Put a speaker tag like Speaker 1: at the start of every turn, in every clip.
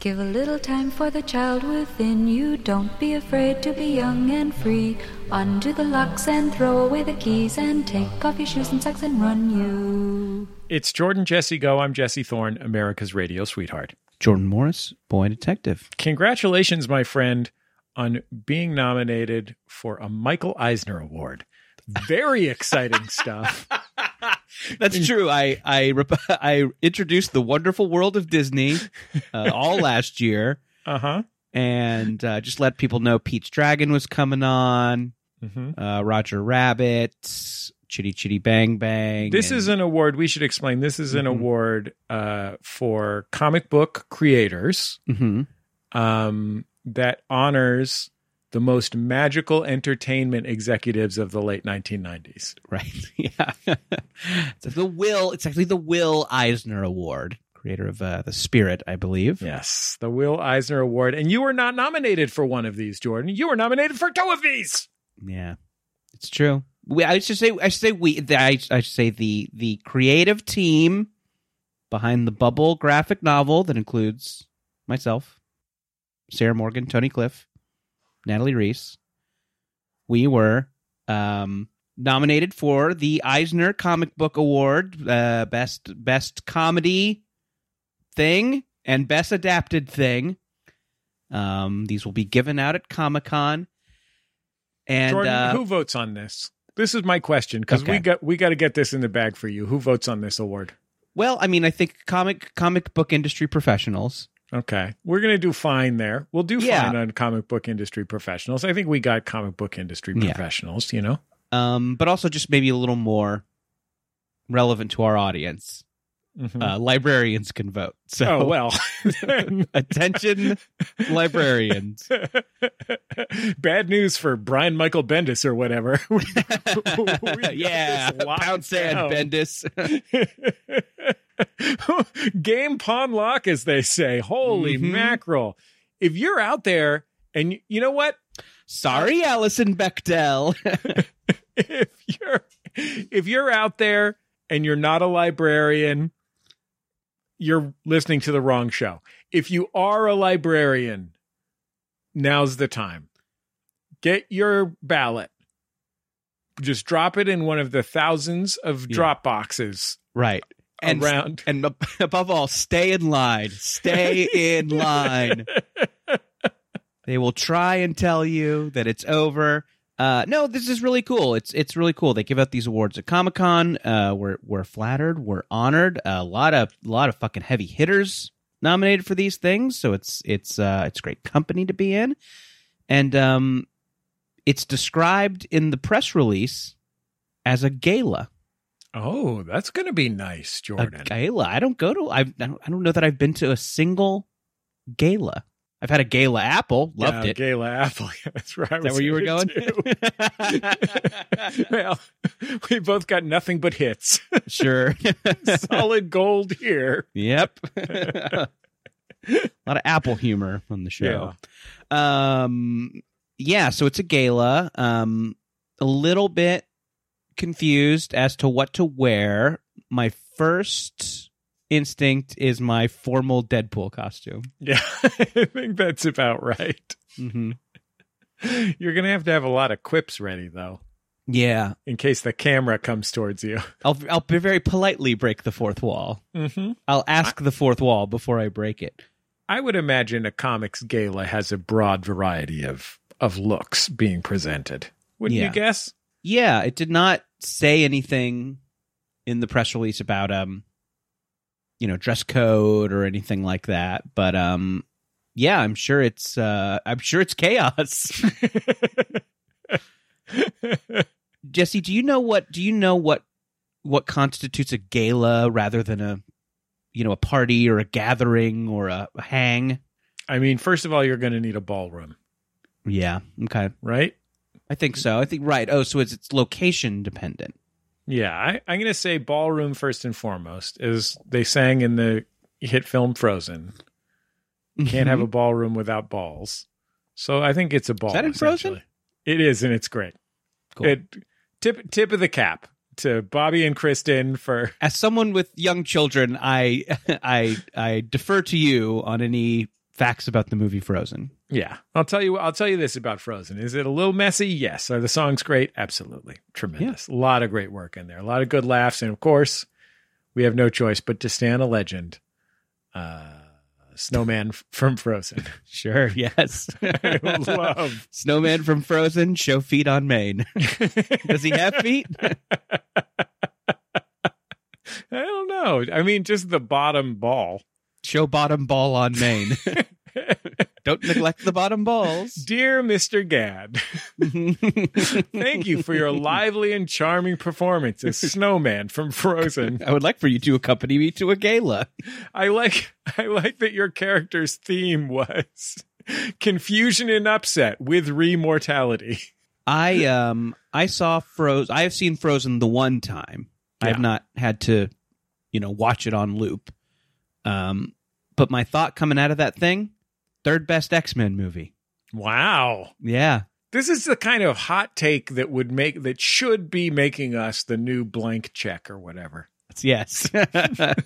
Speaker 1: Give a little time for the child within you. Don't be afraid to be young and free. Undo the locks and throw away the keys and take off your shoes and socks and run you.
Speaker 2: It's Jordan Jesse Go. I'm Jesse Thorne, America's radio sweetheart.
Speaker 3: Jordan Morris, Boy Detective.
Speaker 2: Congratulations, my friend, on being nominated for a Michael Eisner Award. Very exciting stuff.
Speaker 3: That's true. I I rep- I introduced the wonderful world of Disney uh, all last year,
Speaker 2: Uh huh.
Speaker 3: and uh, just let people know Pete's Dragon was coming on,
Speaker 2: hmm
Speaker 3: uh, Roger Rabbit, Chitty Chitty Bang Bang.
Speaker 2: This
Speaker 3: and-
Speaker 2: is an award. We should explain. This is an
Speaker 3: Mhm.
Speaker 2: award uh, for comic book creators
Speaker 3: Mhm.
Speaker 2: um, that honors the most magical entertainment executives of the late 1990s.
Speaker 3: right. yeah, it's like the Will. It's actually the Will Eisner Award, creator of uh, the Spirit, I believe.
Speaker 2: Yes, the Will Eisner Award. And you were not nominated for one of these, Jordan. You were nominated for two of these.
Speaker 3: Yeah, it's true. We, I should say, I should say we, the, I, I should say the the creative team behind the Bubble graphic novel that includes myself, Sarah Morgan, Tony Cliff, Natalie Reese. We were um, nominated for the Eisner Comic Book Award, uh, best best comedy thing and best adapted thing. Um, these will be given out at Comic Con. And
Speaker 2: Jordan,
Speaker 3: uh,
Speaker 2: who votes on this? This is my question because we
Speaker 3: Okay.
Speaker 2: got we got to get this in the bag for you. Who votes on this award?
Speaker 3: Well, I mean, I think comic comic book industry professionals.
Speaker 2: Okay, we're gonna do fine there. We'll do
Speaker 3: Yeah.
Speaker 2: fine on comic book industry professionals. I think we got comic book industry
Speaker 3: Yeah.
Speaker 2: professionals. You know,
Speaker 3: um, but also just maybe a little more relevant to our audience.
Speaker 2: Mhm.
Speaker 3: Uh, librarians can vote. So
Speaker 2: oh well,
Speaker 3: attention, librarians.
Speaker 2: bad news for Brian Michael Bendis or whatever. We- we-
Speaker 3: yeah,
Speaker 2: it's locked
Speaker 3: pound sand
Speaker 2: down.
Speaker 3: Bendis.
Speaker 2: game pawn lock as they say holy
Speaker 3: Mhm.
Speaker 2: mackerel if you're out there and you, you know what
Speaker 3: Sorry, Allison Bechtel.
Speaker 2: if you're if you're out there and you're not a librarian you're listening to the wrong show if you are a librarian now's the time get your ballot just drop it in one of the thousands of
Speaker 3: Yeah.
Speaker 2: drop boxes
Speaker 3: right. And
Speaker 2: around
Speaker 3: and ab- above all, stay in line. Stay in line. They will try and tell you that it's over. Uh, no, this is really cool. It's it's really cool. They give out these awards at Comic Con. Uh, we're we're flattered. We're honored. A lot of lot of fucking heavy hitters nominated for these things. So it's it's uh, it's great company to be in, and um, it's described in the press release as a gala.
Speaker 2: oh that's gonna be nice
Speaker 3: A
Speaker 2: jordan
Speaker 3: gala. I don't go to. I've, I don't. I don't know that I've been to a single gala. I've had a gala apple. Loved
Speaker 2: Yeah,
Speaker 3: it.
Speaker 2: Gala Apple. Yeah, that's where I
Speaker 3: Is
Speaker 2: was
Speaker 3: that where you were going?
Speaker 2: too. well, we both got nothing but hits.
Speaker 3: sure.
Speaker 2: Solid gold here.
Speaker 3: yep. a lot of apple humor on the show. Um. Yeah. So it's a gala. Um. A little bit confused as to what to wear. My first instinct is my formal Deadpool costume.
Speaker 2: Yeah, I think that's about right.
Speaker 3: Mm-hmm.
Speaker 2: You're going to have to have a lot of quips ready, though,
Speaker 3: Yeah.
Speaker 2: in case the camera comes towards you.
Speaker 3: I'll I'll be very politely break the fourth wall.
Speaker 2: Mm-hmm.
Speaker 3: I'll ask the fourth wall before I break it.
Speaker 2: I would imagine a comics gala has a broad variety of, of looks being presented. Wouldn't
Speaker 3: Yeah.
Speaker 2: you guess?
Speaker 3: Yeah, it did not say anything in the press release about um you know, dress code or anything like that, but um yeah, I'm sure it's uh I'm sure it's chaos. Jesse, do you know what do you know what what constitutes a gala rather than a you know, a party or a gathering or a hang?
Speaker 2: I mean, first of all, you're going to need a ballroom,
Speaker 3: Yeah, okay.
Speaker 2: right?
Speaker 3: I think so. I think right. Oh, so it's it's location dependent.
Speaker 2: Yeah, I, I'm going to say ballroom first and foremost, as they sang in the hit film Frozen. Can't
Speaker 3: Mm-hmm.
Speaker 2: have a ballroom without balls. So I think it's a ball.
Speaker 3: that in Frozen?
Speaker 2: essentially. It is, and it's great.
Speaker 3: Cool.
Speaker 2: It tip tip of the cap to Bobby and Kristen for
Speaker 3: As someone with young children, I I I defer to you on any facts about the movie Frozen.
Speaker 2: Yeah, I'll tell you. I'll tell you this about Frozen: is it a little messy? Yes. Are the songs great? Absolutely, tremendous. A lot of great work in there. A lot of good laughs, and of course, we have no choice but to stand a legend, uh, Snowman f- from Frozen.
Speaker 3: Sure, yes.
Speaker 2: I love.
Speaker 3: Snowman from Frozen, show feet on Maine. Does he have feet?
Speaker 2: I don't know. I mean, just the bottom ball.
Speaker 3: show bottom ball on Maine. Don't neglect the bottom balls.
Speaker 2: Dear Mr. Gadd, thank you for your lively and charming performance as Snowman from Frozen.
Speaker 3: I would like for you to accompany me to a gala.
Speaker 2: I like I like that your character's theme was confusion and upset with remortality.
Speaker 3: I um I saw Frozen. I have seen Frozen the one time. I have
Speaker 2: Yeah.
Speaker 3: not had to, you know, watch it on loop. Um, but my thought coming out of that thing, third best X Men movie.
Speaker 2: Wow.
Speaker 3: Yeah,
Speaker 2: This is the kind of hot take that would make that should be making us the new blank check or whatever.
Speaker 3: that's yes.
Speaker 2: Hey,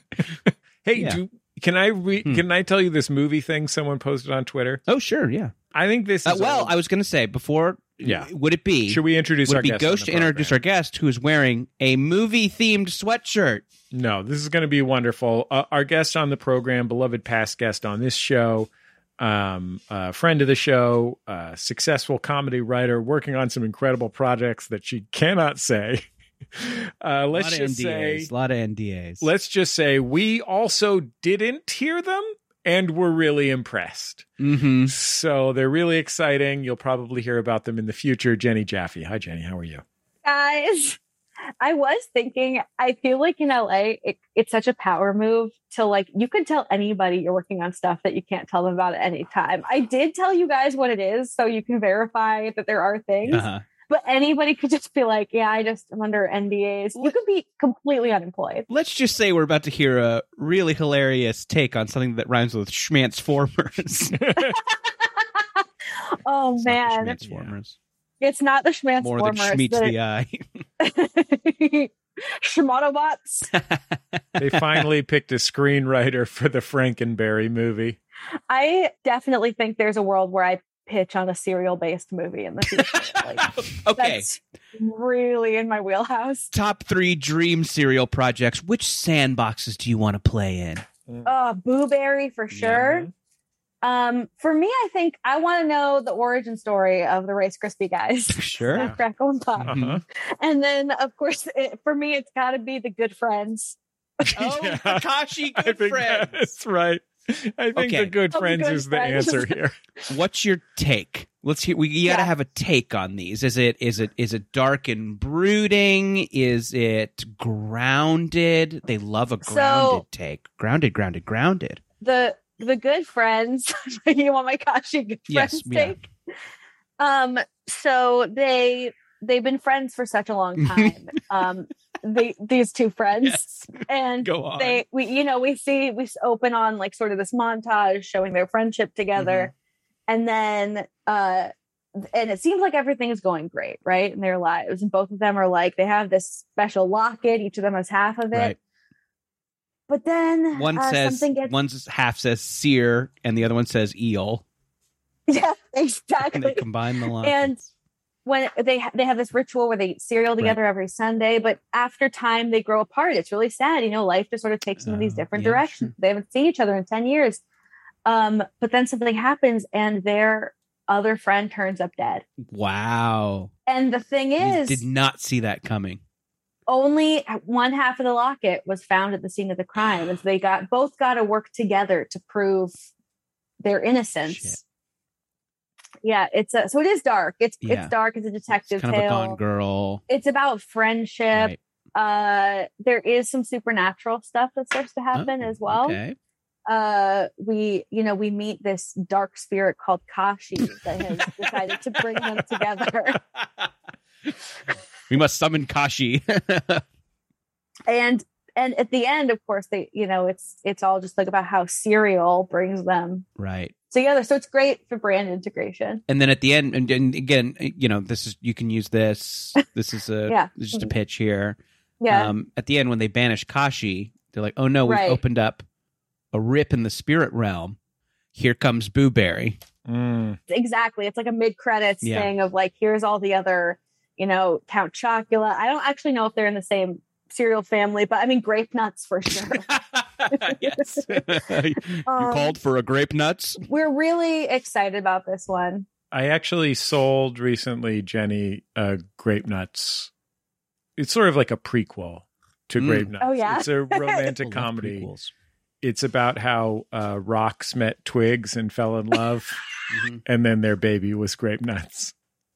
Speaker 3: Yeah.
Speaker 2: do can I re-
Speaker 3: Hmm.
Speaker 2: can I tell you this movie thing someone posted on Twitter?
Speaker 3: oh sure, yeah.
Speaker 2: I think this
Speaker 3: Uh,
Speaker 2: is
Speaker 3: well,
Speaker 2: a-
Speaker 3: I was going to say before.
Speaker 2: Yeah.
Speaker 3: Would it be?
Speaker 2: should we introduce
Speaker 3: would
Speaker 2: our
Speaker 3: it be
Speaker 2: guest
Speaker 3: Ghost to introduce our guest who is wearing a movie themed sweatshirt?
Speaker 2: No, this is going to be wonderful. Uh, our guest on the program, beloved past guest on this show, um, uh, friend of the show, uh, successful comedy writer, working on some incredible projects that she cannot say. Uh, let's
Speaker 3: lot of
Speaker 2: just
Speaker 3: NDAs,
Speaker 2: say,
Speaker 3: a lot of NDAs.
Speaker 2: let's just say, we also didn't hear them and were really impressed.
Speaker 3: Mhm.
Speaker 2: So they're really exciting. You'll probably hear about them in the future. Jenny Jaffe, hi Jenny, how are you?
Speaker 4: guys. I was thinking, I feel like in LA, it, it's such a power move to like, you can tell anybody you're working on stuff that you can't tell them about at any time. I did tell you guys what it is, so you can verify that there are things,
Speaker 3: Uh-huh.
Speaker 4: but anybody could just be like, yeah, I just am under NDAs. You could be completely unemployed.
Speaker 3: Let's just say we're about to hear a really hilarious take on something that rhymes with schmansformers.
Speaker 4: Oh
Speaker 3: It's not the
Speaker 4: man,
Speaker 3: schmansformers.
Speaker 4: it's not the
Speaker 3: More than
Speaker 4: Schmansformers.
Speaker 3: schmeets the uh, eye.
Speaker 4: the Schmanobots.
Speaker 2: They finally picked a screenwriter for the Frankenberry movie.
Speaker 4: I definitely think there's a world where I pitch on a serial based movie in the future. Like,
Speaker 3: okay.
Speaker 4: That's really in my wheelhouse.
Speaker 3: Top three dream serial projects. Which sandboxes do you want to play in?
Speaker 4: Uh, Boo Berry for sure. Um, for me, I think I want to know the origin story of the Rice Krispie guys.
Speaker 3: Sure.
Speaker 4: Snap, crackle, and pop.
Speaker 2: Uh-huh.
Speaker 4: And then, of course, it, for me, it's got to be the Good Friends.
Speaker 3: Oh,
Speaker 2: Yeah.
Speaker 3: Takashi
Speaker 2: I
Speaker 3: Good
Speaker 2: think
Speaker 3: Friend.
Speaker 2: that's right. I think
Speaker 3: Okay.
Speaker 2: the good
Speaker 4: Oh, the
Speaker 2: friends
Speaker 4: good
Speaker 2: is the
Speaker 4: friends.
Speaker 2: answer here.
Speaker 3: What's your take? Let's hear. We you got to
Speaker 4: Yeah.
Speaker 3: have a take on these. Is it is it is it dark and brooding? Is it grounded? They love a
Speaker 4: So-
Speaker 3: grounded take. Grounded, grounded, grounded.
Speaker 4: The the Good Friends. you want my Kashi Good
Speaker 3: Yes,
Speaker 4: Friends
Speaker 3: yeah.
Speaker 4: take? Um, so they they've been friends for such a long time. um, they these two friends
Speaker 3: Yes.
Speaker 4: and
Speaker 3: Go on.
Speaker 4: they we you know we see we s- open on like sort of this montage showing their friendship together
Speaker 3: Mm-hmm.
Speaker 4: and then uh th- and it seems like everything is going great right in their lives and both of them are like they have this special locket each of them has half of it
Speaker 3: Right.
Speaker 4: but then
Speaker 3: One
Speaker 4: uh,
Speaker 3: says
Speaker 4: something gets
Speaker 3: one half says seer, and the other one says eel.
Speaker 4: yeah
Speaker 3: And they
Speaker 4: exactly
Speaker 3: combine the lines.
Speaker 4: and when they ha- they have this ritual where they eat cereal together every Sunday, but after time they grow apart. It's really sad, you know. Life just sort of takes them in these
Speaker 3: Oh,
Speaker 4: different
Speaker 3: yeah, sure.
Speaker 4: directions. They haven't seen each other in ten years, um, but then something happens, and their other friend turns up dead.
Speaker 3: wow,
Speaker 4: And the thing
Speaker 3: You
Speaker 4: is,
Speaker 3: did not see that coming.
Speaker 4: only one half of the locket was found at the scene of the crime, and so they got both got to work together to prove their innocence.
Speaker 3: Shit.
Speaker 4: Yeah, it's a, so it is dark. It's
Speaker 3: Yeah.
Speaker 4: it's dark. It's a detective
Speaker 3: It's kind
Speaker 4: tale
Speaker 3: of a gone girl.
Speaker 4: it's about friendship.
Speaker 3: Right.
Speaker 4: Uh, there is some supernatural stuff that starts to happen
Speaker 3: Oh,
Speaker 4: as well.
Speaker 3: Okay.
Speaker 4: Uh, we, you know, we meet this dark spirit called Kashi that has decided to bring them together.
Speaker 3: we must summon Kashi.
Speaker 4: And and at the end, of course, they, you know, it's it's all just like about how cereal brings them
Speaker 3: right.
Speaker 4: together. So it's great for brand integration.
Speaker 3: and then at the end and, and again you know this is you can use this this is a
Speaker 4: Yeah.
Speaker 3: this is just a pitch here
Speaker 4: Yeah.
Speaker 3: um at the end when they banish kashi they're like oh no we've
Speaker 4: Right.
Speaker 3: opened up a rip in the spirit realm here comes Boo Berry.
Speaker 2: Mm.
Speaker 4: exactly. It's like a mid credits
Speaker 3: Yeah.
Speaker 4: thing of like, here's all the other, you know, Count Chocula. I don't actually know if they're in the same cereal family, but I mean, grape nuts for sure.
Speaker 3: yes. you
Speaker 4: Um,
Speaker 3: called for a grape nuts?
Speaker 4: We're really excited about this one.
Speaker 2: I actually sold recently, Jenny, uh, Grape Nuts. It's sort of like a prequel to
Speaker 3: Mm.
Speaker 2: Grape Nuts.
Speaker 4: Oh, yeah?
Speaker 2: It's a
Speaker 3: I
Speaker 2: romantic
Speaker 3: love
Speaker 2: comedy.
Speaker 3: Oh, prequels.
Speaker 2: It's about how uh, rocks met twigs and fell in love,
Speaker 3: Mhm.
Speaker 2: and then their baby was Grape Nuts.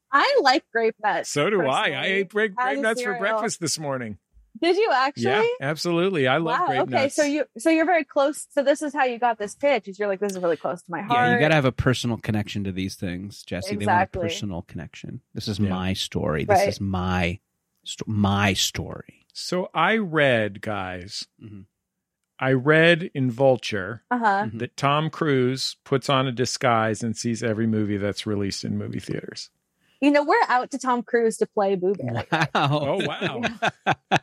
Speaker 4: I like grape nuts.
Speaker 2: So do I. I
Speaker 4: personally.
Speaker 2: ate grape,
Speaker 4: As
Speaker 2: grape
Speaker 4: a
Speaker 2: Nuts for
Speaker 4: cereal.
Speaker 2: breakfast this morning.
Speaker 4: Did you actually?
Speaker 2: Yeah, absolutely. I love
Speaker 4: wow.
Speaker 2: Grape
Speaker 4: okay.
Speaker 2: Nuts.
Speaker 4: So you so you're very close. So this is how you got this pitch. Is you're like this is really close to my heart.
Speaker 3: Yeah, you got to have a personal connection to these things, Jesse. They want a
Speaker 4: Exactly.
Speaker 3: personal connection. This is
Speaker 2: Yeah.
Speaker 3: my story. This
Speaker 4: Right.
Speaker 3: is my sto- my story.
Speaker 2: So I read, guys,
Speaker 4: Mm-hmm.
Speaker 3: Mhm.
Speaker 2: I read in Vulture
Speaker 4: Uh huh.
Speaker 3: Mhm.
Speaker 2: that Tom Cruise puts on a disguise and sees every movie that's released in movie theaters.
Speaker 4: You know we're out to Tom Cruise to play Boo Berry.
Speaker 3: Wow.
Speaker 2: Oh, wow.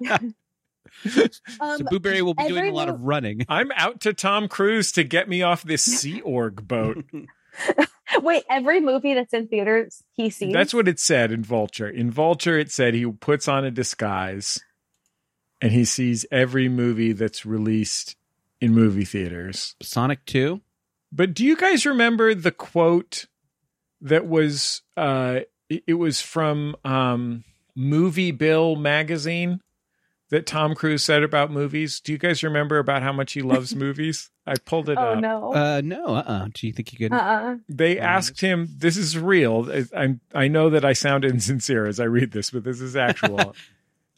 Speaker 4: Um,
Speaker 3: so Boo Berry will be doing
Speaker 4: every
Speaker 3: a lot
Speaker 4: mo-
Speaker 3: of running.
Speaker 2: I'm out to Tom Cruise to get me off this Sea Org boat.
Speaker 4: Um, Wait, every movie that's in theaters he sees.
Speaker 2: That's what it said in Vulture. In Vulture, it said he puts on a disguise and he sees every movie that's released in movie theaters.
Speaker 3: Sonic 2?
Speaker 2: But do you guys remember the quote that was uh it it was from um Movie Bill magazine that Tom Cruise said about movies? Do you guys remember about how much he loves movies? I pulled it
Speaker 4: oh
Speaker 2: up.
Speaker 4: no.
Speaker 3: Uh, no, uh-uh. Do you think you could?
Speaker 4: Uh uh
Speaker 2: They
Speaker 3: Right.
Speaker 2: asked him, this is real. I- I'm, I know that I sound insincere as I read this, but this is actual.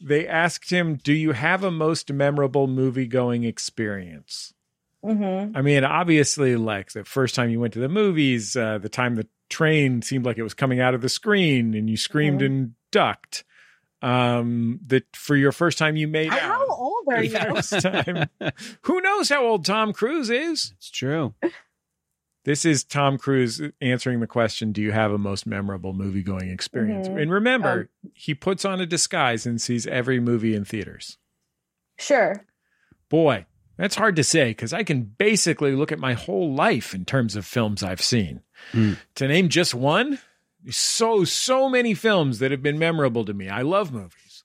Speaker 2: they asked him, Do you have a most memorable movie going experience?
Speaker 4: hmm
Speaker 2: I mean, obviously, like the first time you went to the movies, uh, the time the train seemed like it was coming out of the screen and you screamed
Speaker 4: Mhm.
Speaker 2: and ducked. Um, that for your first time you made
Speaker 4: How
Speaker 2: out.
Speaker 4: old are you?
Speaker 2: Yeah. First time. Who knows how old Tom Cruise is?
Speaker 3: it's true.
Speaker 2: This is Tom Cruise answering the question, do you have a most memorable movie going experience?
Speaker 4: Mhm.
Speaker 2: And remember, he puts on a disguise and sees every movie in theaters.
Speaker 4: Sure.
Speaker 2: Boy, that's hard to say because I can basically look at my whole life in terms of films I've seen.
Speaker 3: Hmm.
Speaker 2: To name just one, so, so many films that have been memorable to me. I love movies.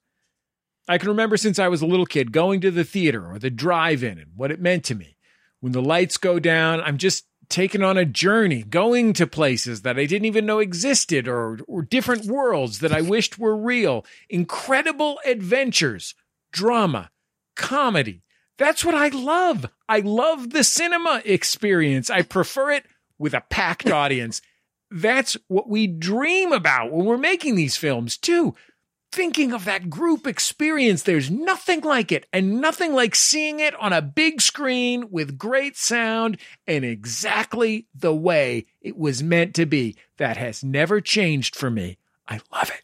Speaker 2: I can remember since I was a little kid going to the theater or the drive in and what it meant to me. When the lights go down, I'm just taken on a journey, going to places that I didn't even know existed or, or different worlds that I wished were real. Incredible adventures, drama, comedy. That's what I love. I love the cinema experience. I prefer it with a packed audience. That's what we dream about when we're making these films, too. Thinking of that group experience, there's nothing like it, and nothing like seeing it on a big screen with great sound and exactly the way it was meant to be. That has never changed for me. I love it.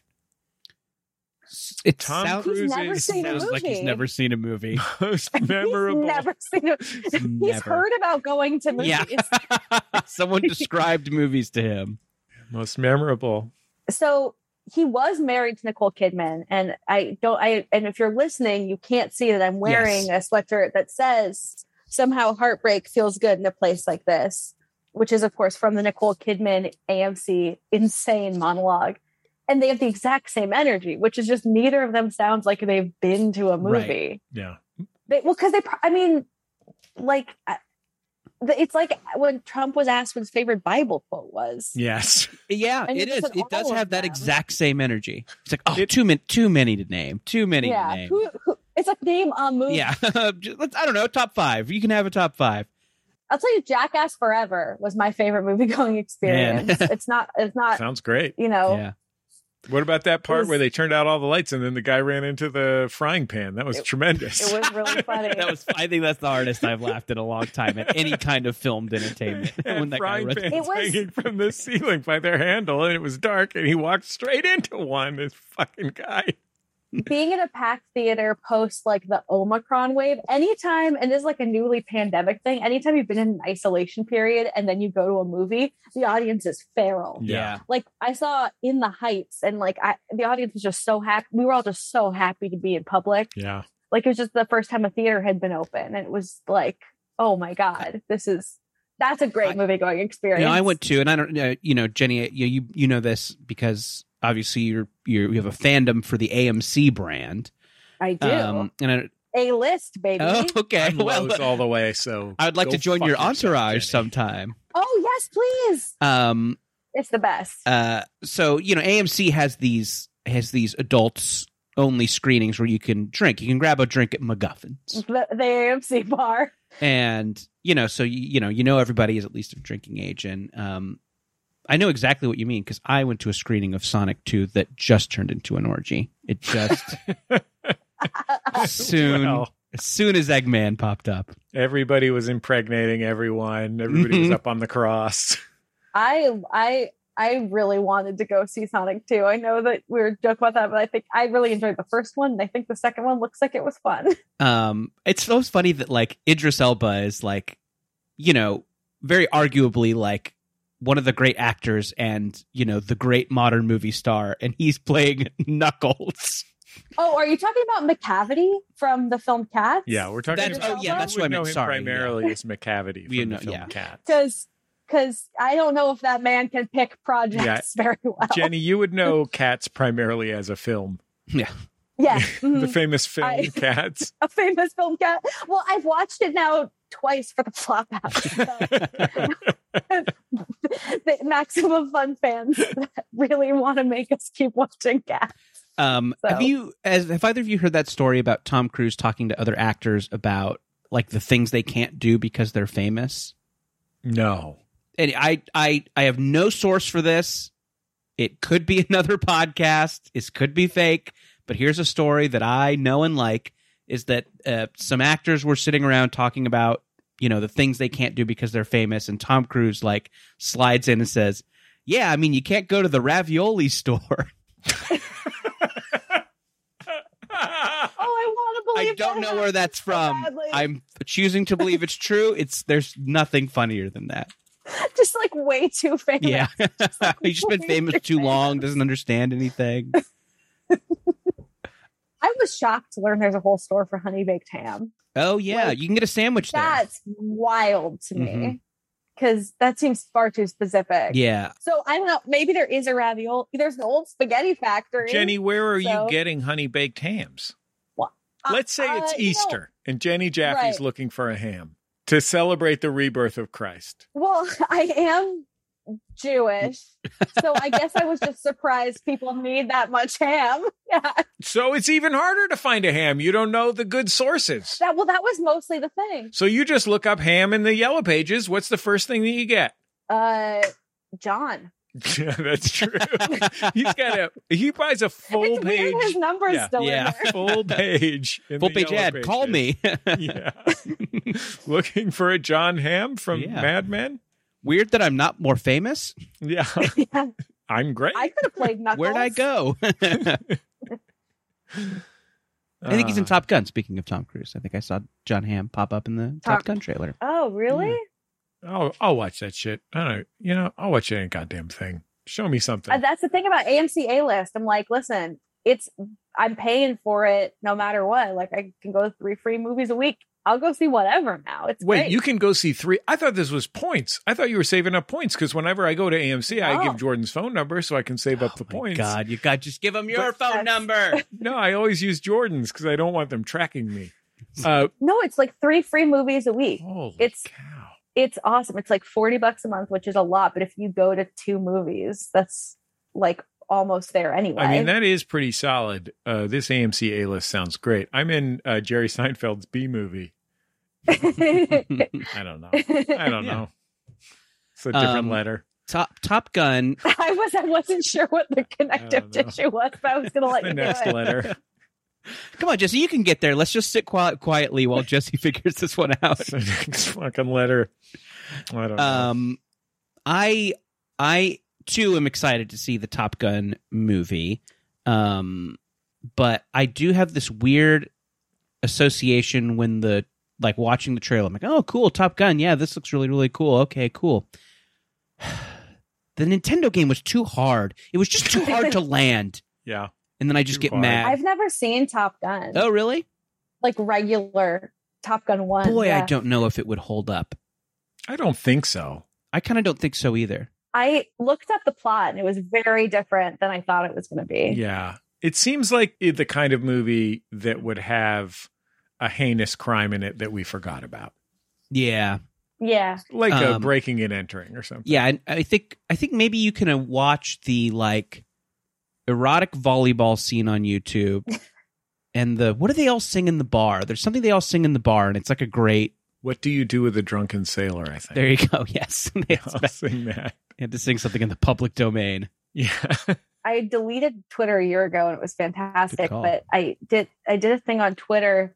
Speaker 3: It
Speaker 2: Tom
Speaker 3: sounds,
Speaker 2: Cruise
Speaker 4: He's never
Speaker 2: is-
Speaker 4: seen a
Speaker 3: sounds
Speaker 4: movie.
Speaker 3: like he's never seen a movie.
Speaker 2: Most
Speaker 4: He's never seen a, He's
Speaker 3: Never.
Speaker 4: heard about going to movies.
Speaker 3: Yeah. Someone described movies to him.
Speaker 2: Most memorable.
Speaker 4: so he was married to Nicole Kidman, and I don't. I and if you're listening, you can't see that I'm wearing a sweatshirt that says "Somehow heartbreak feels good in a place like this," which is, of course, from the Nicole Kidman AMC insane monologue. And they have the exact same energy, which is just neither of them sounds like they've been to a movie.
Speaker 3: Right.
Speaker 2: Yeah.
Speaker 4: They, well, because they, pro- I mean, like, I- it's like when Trump was asked what his favorite Bible quote was.
Speaker 2: Yes.
Speaker 3: Yeah,
Speaker 4: And
Speaker 3: it
Speaker 4: he
Speaker 3: is.
Speaker 4: said
Speaker 3: It does
Speaker 4: all of
Speaker 3: have that
Speaker 4: them.
Speaker 3: exact same energy. It's like, oh,
Speaker 2: It-
Speaker 3: too many, too many to name, too many to
Speaker 4: yeah.
Speaker 3: name.
Speaker 4: Who, who, it's like name a movie.
Speaker 3: yeah, Just- let's. I don't know. Top five. You can have a top five.
Speaker 4: I'll tell you, Jackass Forever was my favorite movie going experience. it's not, it's not,
Speaker 2: Sounds great.
Speaker 4: you know,
Speaker 3: Yeah,
Speaker 2: What about that part
Speaker 4: was-
Speaker 2: where they turned out all the lights and then the guy ran into the frying pan? That was
Speaker 4: It-
Speaker 2: tremendous.
Speaker 4: it was really funny.
Speaker 3: that was. I think that's the hardest I've laughed in a long time at any kind of filmed entertainment.
Speaker 2: And
Speaker 3: when that guy
Speaker 2: frying
Speaker 3: runs-
Speaker 2: pans
Speaker 4: It was-
Speaker 2: hanging from the ceiling by their handle, and it was dark, and he walked straight into one. This fucking guy.
Speaker 4: Being in a packed theater post like the Omicron wave, anytime, and this is like a newly pandemic thing, anytime you've been in an isolation period and then you go to a movie, the audience is feral.
Speaker 3: yeah,
Speaker 4: Like I saw in the heights and like I the audience was just so happy. We were all just so happy to be in public.
Speaker 2: Yeah.
Speaker 4: like it was just the first time a theater had been open and it was like oh my god this is That's a great
Speaker 3: I-
Speaker 4: movie going experience.
Speaker 3: You know, I went to, and I don't, uh, you know, Jenny, you, you you know this because obviously you're, you're you have a fandom for the AMC brand. Um,
Speaker 4: I do.
Speaker 3: and I,
Speaker 4: a list, baby.
Speaker 3: oh,
Speaker 4: Oh,
Speaker 3: okay.
Speaker 2: I'm
Speaker 3: well,
Speaker 2: loath all the way. So
Speaker 3: I would like
Speaker 2: go
Speaker 3: to join
Speaker 2: fuck
Speaker 3: your
Speaker 2: yourself,
Speaker 3: entourage
Speaker 2: Jenny.
Speaker 3: sometime.
Speaker 4: Oh, yes, please.
Speaker 3: Um,
Speaker 4: It's the best.
Speaker 3: uh, so you know, AMC has these has these adults only screenings where you can drink. You can grab a drink at MacGuffin's,
Speaker 4: the, the AMC bar.
Speaker 3: and you know, so you, you know, you know, everybody is at least of drinking age, and um, I know exactly what you mean because I went to a screening of Sonic Two that just turned into an orgy. It just as soon
Speaker 2: Well,
Speaker 3: as soon as Eggman popped up.
Speaker 2: everybody was impregnating everyone. Everybody was
Speaker 3: Mhm.
Speaker 2: up on the cross.
Speaker 4: I I I really wanted to go see Sonic 2. I know that we were joking about that, but I think I really enjoyed the first one. And I think the second one looks like it was fun.
Speaker 3: Um, it's so funny that like Idris Elba is like, you know, very arguably like one of the great actors and you know the great modern movie star, and he's playing Knuckles.
Speaker 4: Oh, are you talking about McCavity from the film Cats?
Speaker 2: Yeah, we're talking.
Speaker 3: That's-
Speaker 2: about,
Speaker 4: oh, yeah,
Speaker 2: you
Speaker 3: that's
Speaker 2: would
Speaker 3: what I
Speaker 2: know
Speaker 3: meant.
Speaker 2: him
Speaker 3: Sorry, yeah.
Speaker 2: Primarily as McCavity from
Speaker 3: You
Speaker 2: the
Speaker 3: know,
Speaker 2: film
Speaker 3: yeah.
Speaker 2: Cat.
Speaker 4: because because I don't know if that man can pick projects very well.
Speaker 2: Jenny, you would know Cats primarily as a film,
Speaker 4: yeah,
Speaker 2: the
Speaker 4: mhm.
Speaker 2: famous film
Speaker 4: I-
Speaker 2: Cats.
Speaker 4: a famous film cat. Well, I've watched it now twice for the flop house. So the maximum fun fans that really want to make us keep watching cats.
Speaker 3: Um,
Speaker 4: So-
Speaker 3: Have you as have either of you heard that story about Tom Cruise talking to other actors about like the things they can't do because they're famous?
Speaker 2: no,
Speaker 3: and I I I have no source for this. It could be another podcast. It could be fake. But here's a story that I know and like is that uh, some actors were sitting around talking about you know the things they can't do because they're famous, and Tom Cruise like slides in and says, "Yeah, I mean you can't go to the ravioli store."
Speaker 4: Oh, I want to believe.
Speaker 3: I don't
Speaker 4: that
Speaker 3: know where that's from.
Speaker 4: Badly.
Speaker 3: I'm choosing to believe it's true. It's there's nothing funnier than that.
Speaker 4: just like way too famous.
Speaker 3: Yeah, he's just been
Speaker 4: way
Speaker 3: famous
Speaker 4: too
Speaker 3: too long.
Speaker 4: famous.
Speaker 3: Doesn't understand anything.
Speaker 4: I was shocked to learn there's a whole store for honey baked ham.
Speaker 3: Oh yeah,
Speaker 4: Like,
Speaker 3: you can get a sandwich there.
Speaker 4: That's wild to me
Speaker 2: Mm-hmm.
Speaker 3: Mhm.
Speaker 4: because that seems far too specific.
Speaker 3: Yeah,
Speaker 4: So I don't know. Maybe there is a ravioli. There's an old spaghetti factory.
Speaker 2: Jenny, where are
Speaker 4: So-
Speaker 2: you getting honey baked hams?
Speaker 4: Uh,
Speaker 2: Let's say it's
Speaker 4: uh, you know,
Speaker 2: Easter and Jenny Jaffe's
Speaker 4: Right.
Speaker 2: looking for a ham to celebrate the rebirth of Christ.
Speaker 4: well, I am Jewish, so I guess I was just surprised people need that much ham. Yeah.
Speaker 2: So it's even harder to find a ham. You don't know the good sources.
Speaker 4: That well, that was mostly the thing.
Speaker 2: So you just look up ham in the yellow pages. What's the first thing that you get?
Speaker 4: Uh, John.
Speaker 2: Yeah, that's true. He's got a he buys a full
Speaker 4: it's
Speaker 2: page
Speaker 4: weird his numbers
Speaker 2: Yeah.
Speaker 4: still
Speaker 3: Yeah.
Speaker 4: in there.
Speaker 2: full page in
Speaker 3: full
Speaker 2: the
Speaker 3: page
Speaker 2: Yellow
Speaker 3: ad. Call
Speaker 2: Pages.
Speaker 3: me.
Speaker 2: yeah. Looking for a John Ham from
Speaker 3: Yeah.
Speaker 2: Mad Men?
Speaker 3: Weird that I'm not more famous.
Speaker 2: Yeah.
Speaker 4: Yeah.
Speaker 2: I'm great.
Speaker 4: I could have played Knuckles.
Speaker 3: Where'd I go? I think he's in
Speaker 2: Uh,
Speaker 3: Top Gun. Speaking of Tom Cruise, I think I saw John Hamm pop up in the Top,
Speaker 4: Top-
Speaker 3: Gun trailer.
Speaker 4: Oh,
Speaker 2: Hmm.
Speaker 4: really?
Speaker 2: I'll, I'll watch that shit. I don't you know, I'll watch any goddamn thing. Show me something.
Speaker 4: Uh, that's the thing about AMC A list. I'm like, listen, it's I'm paying for it no matter what. Like I can go to three free movies a week. I'll go see whatever now. It's
Speaker 2: Wait,
Speaker 4: great.
Speaker 2: you can go see three. I thought this was points. I thought you were saving up points because whenever I go to AMC, I
Speaker 4: Oh.
Speaker 2: give Jordan's phone number so I can save up the
Speaker 3: oh my
Speaker 2: points.
Speaker 3: God, you got just give him your phone
Speaker 4: That's-
Speaker 3: number.
Speaker 2: No, I always use Jordan's because I don't want them tracking me. Uh,
Speaker 4: no, it's like three free movies a week.
Speaker 2: holy
Speaker 4: It's-
Speaker 2: cow.
Speaker 4: It's awesome. It's like 40 bucks a month, which is a lot, but if you go to two movies, that's like almost there anyway.
Speaker 2: I mean, that is pretty solid. Uh, this AMC A list sounds great. I'm in uh, Jerry Seinfeld's B movie. I don't know. I don't
Speaker 3: Yeah.
Speaker 2: know. It's a different
Speaker 3: Um,
Speaker 2: letter.
Speaker 3: Top Top Gun.
Speaker 4: I was I wasn't sure what the connective
Speaker 2: don't know.
Speaker 4: tissue was, but I was gonna let
Speaker 2: The
Speaker 4: you do
Speaker 2: next
Speaker 4: it.
Speaker 2: letter.
Speaker 3: Come on, Jesse, you can get there. Let's just sit quiet, quietly while Jesse figures this one out.
Speaker 2: It's the next fucking letter. I don't know.
Speaker 3: Um, I I too am excited to see the Top Gun movie, um, but I do have this weird association when the like watching the trailer. I'm like, oh, cool, Top Gun. Yeah, this looks really really cool. Okay, cool. The Nintendo game was too hard. It was just too hard to land,
Speaker 2: yeah.
Speaker 3: and then I just
Speaker 2: Too
Speaker 3: get
Speaker 2: hard.
Speaker 3: mad.
Speaker 4: I've never seen Top Gun.
Speaker 3: oh, really?
Speaker 4: Like regular Top Gun one.
Speaker 3: Boy,
Speaker 4: yeah.
Speaker 3: I don't know if it would hold up.
Speaker 2: I don't think so.
Speaker 3: I kind of don't think so either.
Speaker 4: I looked up the plot and it was very different than I thought it was going to be.
Speaker 2: Yeah. It seems like it- the kind of movie that would have a heinous crime in it that we forgot about,
Speaker 3: Yeah.
Speaker 4: Yeah.
Speaker 2: like a
Speaker 3: Um,
Speaker 2: breaking and entering or something.
Speaker 3: Yeah, and I think I think maybe you can uh, watch the like erotic volleyball scene on YouTube. And the what do they all sing in the bar? There's something they all sing in the bar, and it's like a great.
Speaker 2: What do you do with a drunken sailor? I think.
Speaker 3: There you go. Yes, they had
Speaker 2: I'll sing that.
Speaker 3: to sing something in the public domain.
Speaker 2: Yeah.
Speaker 4: I deleted Twitter a year ago and it was
Speaker 3: Good
Speaker 4: fantastic.
Speaker 3: call.
Speaker 4: But I did I did a thing on Twitter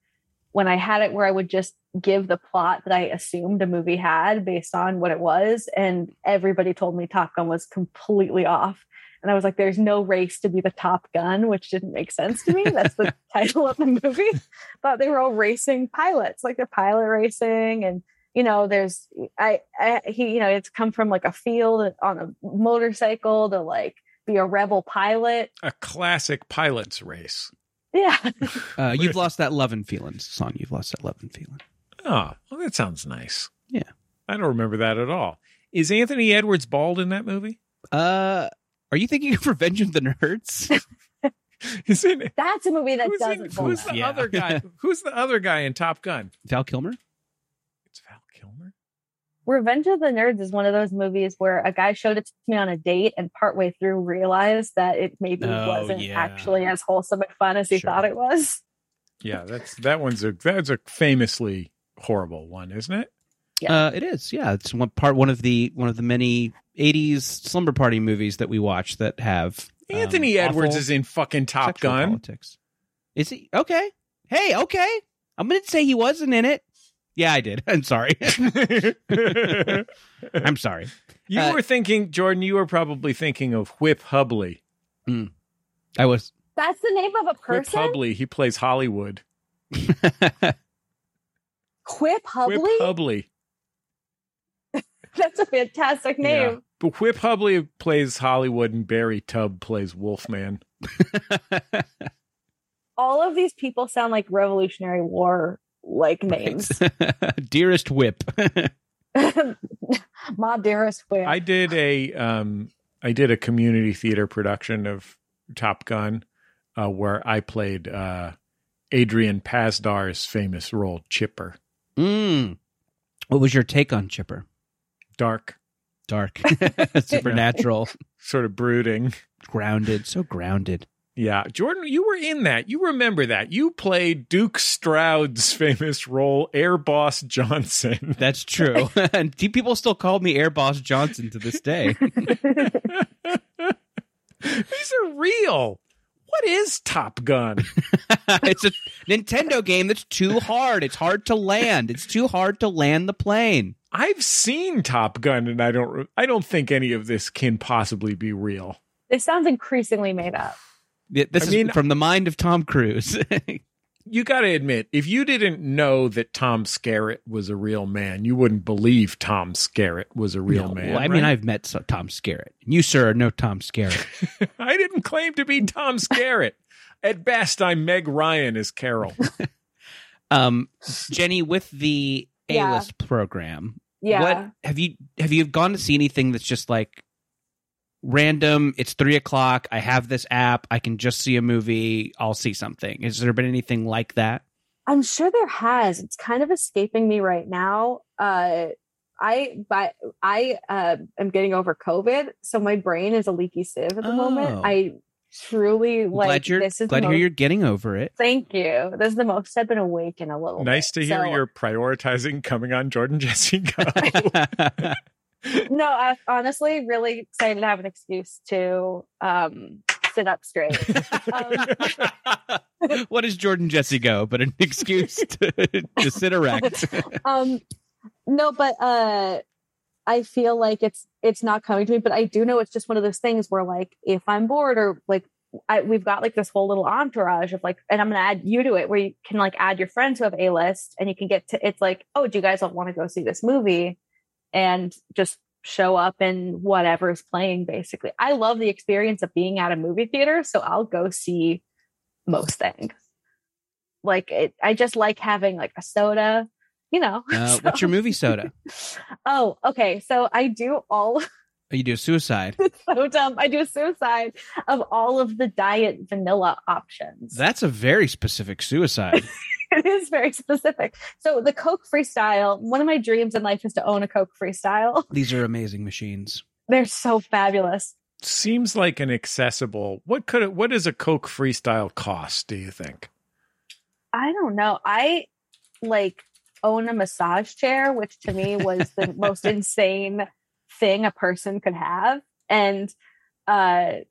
Speaker 4: when I had it where I would just give the plot that I assumed a movie had based on what it was, and everybody told me Top Gun was completely off. And I was like, "There's no race to be the Top Gun," which didn't make sense to me. That's the title of the movie. Thought they were all racing pilots, like they're pilot racing, and you know, there's I, I he you know it's come from like a field on a motorcycle to like be a rebel pilot.
Speaker 2: a classic pilot's race.
Speaker 4: Yeah.
Speaker 3: Uh, you've lost that lovin' feeling song. You've lost that lovin' feeling.
Speaker 2: Oh, well, that sounds nice.
Speaker 3: Yeah.
Speaker 2: I don't remember that at all. Is Anthony Edwards bald in that movie?
Speaker 3: Uh, are you thinking of Revenge of the Nerds?
Speaker 2: Is it?
Speaker 4: That's a movie that
Speaker 2: Who's, in-
Speaker 4: doesn't hold
Speaker 2: who's
Speaker 4: up.
Speaker 2: the
Speaker 3: Yeah.
Speaker 2: other guy? Who's the other guy in Top Gun?
Speaker 3: Val Kilmer.
Speaker 2: It's Val Kilmer.
Speaker 4: Revenge of the Nerds is one of those movies where a guy showed it to me on a date and partway through realized that it maybe
Speaker 3: Oh,
Speaker 4: wasn't
Speaker 3: yeah.
Speaker 4: actually as wholesome and fun as he
Speaker 3: Sure.
Speaker 4: thought it was.
Speaker 2: Yeah, that's that one's a that's a famously horrible one, isn't it?
Speaker 3: Uh, it is. Yeah, it's one part one of the one of the many '80s slumber party movies that we watch that have um,
Speaker 2: Anthony Edwards
Speaker 3: awful-
Speaker 2: is in fucking Top
Speaker 3: sexual
Speaker 2: Gun.
Speaker 3: Politics. Is he okay? Hey, okay. I'm gonna say he wasn't in it. Yeah, I did. I'm sorry. I'm sorry.
Speaker 2: you
Speaker 3: Uh,
Speaker 2: were thinking, Jordan. You were probably thinking of Whip Hubley.
Speaker 3: I was.
Speaker 4: That's the name of a
Speaker 2: Whip
Speaker 4: person?
Speaker 2: Hubley. He plays Hollywood.
Speaker 4: Quip Hubley?
Speaker 2: Whip Hubley.
Speaker 4: That's a fantastic
Speaker 2: Yeah.
Speaker 4: name.
Speaker 2: But Whip Hubley plays Hollywood, and Barry Tubb plays Wolfman.
Speaker 4: All of these people sound like Revolutionary War like names.
Speaker 3: Dearest Whip.
Speaker 4: My dearest whip.
Speaker 2: I did a um I did a community theater production of Top Gun uh where I played uh Adrian Pazdar's famous role Chipper.
Speaker 3: mm. What was your take on Chipper?
Speaker 2: Dark,
Speaker 3: Dark, supernatural,
Speaker 2: sort of brooding.
Speaker 3: grounded, so grounded.
Speaker 2: Yeah, Jordan, you were in that. You remember that. You played Duke Stroud's famous role Air Boss Johnson.
Speaker 3: That's true. and t- people still call me Air Boss Johnson to this day.
Speaker 2: These are real. What is Top Gun?
Speaker 3: it's a Nintendo game that's too hard. It's hard to land. It's too hard to land the plane.
Speaker 2: I've seen Top Gun, and I don't. re- I don't think any of this can possibly be real.
Speaker 4: this sounds increasingly made up.
Speaker 3: Th- This
Speaker 2: I
Speaker 3: is
Speaker 2: mean-
Speaker 3: from the mind of Tom Cruise.
Speaker 2: You got to admit, if you didn't know that Tom Skerritt was a real man, you wouldn't believe Tom Skerritt was a real
Speaker 3: No,
Speaker 2: man.
Speaker 3: well, I mean,
Speaker 2: right?
Speaker 3: I've met so- Tom Skerritt. You, sir, are no Tom Skerritt.
Speaker 2: I didn't claim to be Tom Skerritt. At best, I'm Meg Ryan as Carol.
Speaker 3: um, Jenny, with the A
Speaker 4: Yeah.
Speaker 3: list program,
Speaker 4: Yeah.
Speaker 3: what have you have you gone to see anything that's just like random? It's three o'clock. I have this app. I can just see a movie. I'll see something. Has there been anything like that?
Speaker 4: I'm sure there has. It's kind of escaping me right now. Uh, I but I uh, am getting over COVID, so my brain is a leaky sieve at the moment.
Speaker 3: Oh.
Speaker 4: I truly
Speaker 3: I'm
Speaker 4: like
Speaker 3: glad you're
Speaker 4: this is
Speaker 3: glad
Speaker 4: the
Speaker 3: to
Speaker 4: most,
Speaker 3: hear you're getting over it.
Speaker 4: Thank you. This is the most I've been awake in a
Speaker 3: Oh,
Speaker 4: little.
Speaker 2: nice
Speaker 4: bit.
Speaker 2: to hear
Speaker 4: So-
Speaker 2: you're prioritizing coming on Jordan Jesse Go.
Speaker 4: No, I honestly really excited to have an excuse to um, sit up straight. Um,
Speaker 3: what does Jordan Jesse go? But an excuse to, to sit erect.
Speaker 4: um no but uh i feel like it's it's not coming to me but i do know it's just one of those things where like if i'm bored or like I, we've got like this whole little entourage of like and i'm gonna add you to it where you can like add your friends who have a list and you can get to it's like oh do you guys all want to go see this movie and just show up and whatever is playing basically i love the experience of being at a movie theater so i'll go see most things like it, i just like having like a soda you know.
Speaker 3: Uh, What's your movie soda?
Speaker 4: Oh, okay. So I do all
Speaker 3: Oh, you do suicide.
Speaker 4: so dumb. I do a suicide of all of the diet vanilla options.
Speaker 3: That's a very specific suicide.
Speaker 4: it is very specific. So the Coke freestyle, one of my dreams in life is to own a Coke freestyle.
Speaker 3: These are amazing machines.
Speaker 4: They're so fabulous.
Speaker 2: Seems like an accessible. What could it, what does a Coke freestyle cost? Do you think?
Speaker 4: I don't know. I like own a massage chair, which to me was the most insane thing a person could have. And uh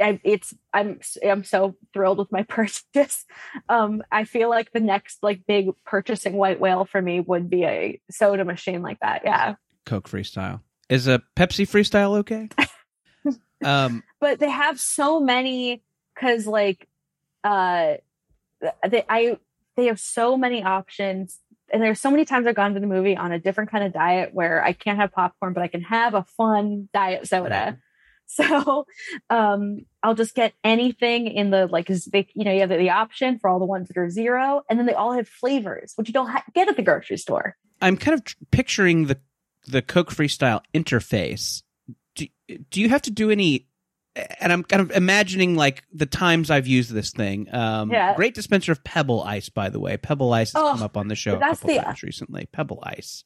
Speaker 4: I, it's I'm I'm so thrilled with my purchase. Um, I feel like the next like big purchasing white whale for me would be a soda machine like that. Yeah,
Speaker 3: Coke freestyle. Is a Pepsi freestyle okay? Um,
Speaker 4: but they have so many because like uh they i they have so many options and there's so many times i've gone to the movie on a different kind of diet where i can't have popcorn but i can have a fun diet soda so um i'll just get anything in the like is they, you know you have the, the option for all the ones that are zero and then they all have flavors which you don't ha- get at the grocery store
Speaker 3: I'm kind of tr- picturing the the Coke freestyle interface. Do, do you have to do any? And I'm kind of imagining like the times I've used this thing. Um,
Speaker 4: Yeah.
Speaker 3: Great dispenser of Pebble Ice, by the way. Pebble Ice has
Speaker 4: Oh,
Speaker 3: come up on the show a
Speaker 4: that's
Speaker 3: couple
Speaker 4: the-
Speaker 3: times recently. Pebble Ice.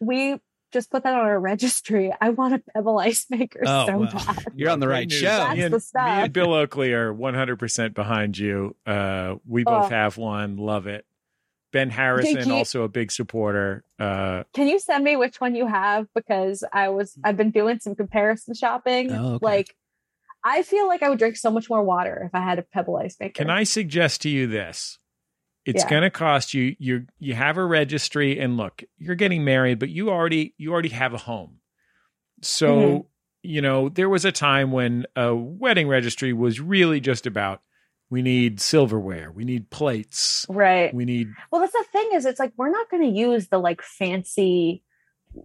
Speaker 4: we just put that on our registry i want a pebble ice maker so
Speaker 3: well,
Speaker 4: bad
Speaker 3: you're on the
Speaker 2: Great
Speaker 3: right
Speaker 2: news.
Speaker 3: show.
Speaker 4: That's
Speaker 2: Me and,
Speaker 4: the
Speaker 2: me
Speaker 4: stuff.
Speaker 2: and Bill Oakley are 100% behind you. Uh, we both
Speaker 4: Oh.
Speaker 2: have one. Love it. Ben Harrison,
Speaker 4: you-
Speaker 2: also a big supporter. Uh,
Speaker 4: Can you send me which one you have? Because I was I've been doing some comparison shopping.
Speaker 3: Oh, okay.
Speaker 4: Like I feel like I would drink so much more water if I had a pebble ice maker.
Speaker 2: Can I suggest to you this? It's
Speaker 4: Yeah.
Speaker 2: going to cost you you you have a registry and look, you're getting married but you already you already have a home. So,
Speaker 4: Mhm.
Speaker 2: you know, there was a time when a wedding registry was really just about we need silverware, we need plates,
Speaker 4: Right.
Speaker 2: we need
Speaker 4: Well, that's the thing is it's like we're not gonna use the like fancy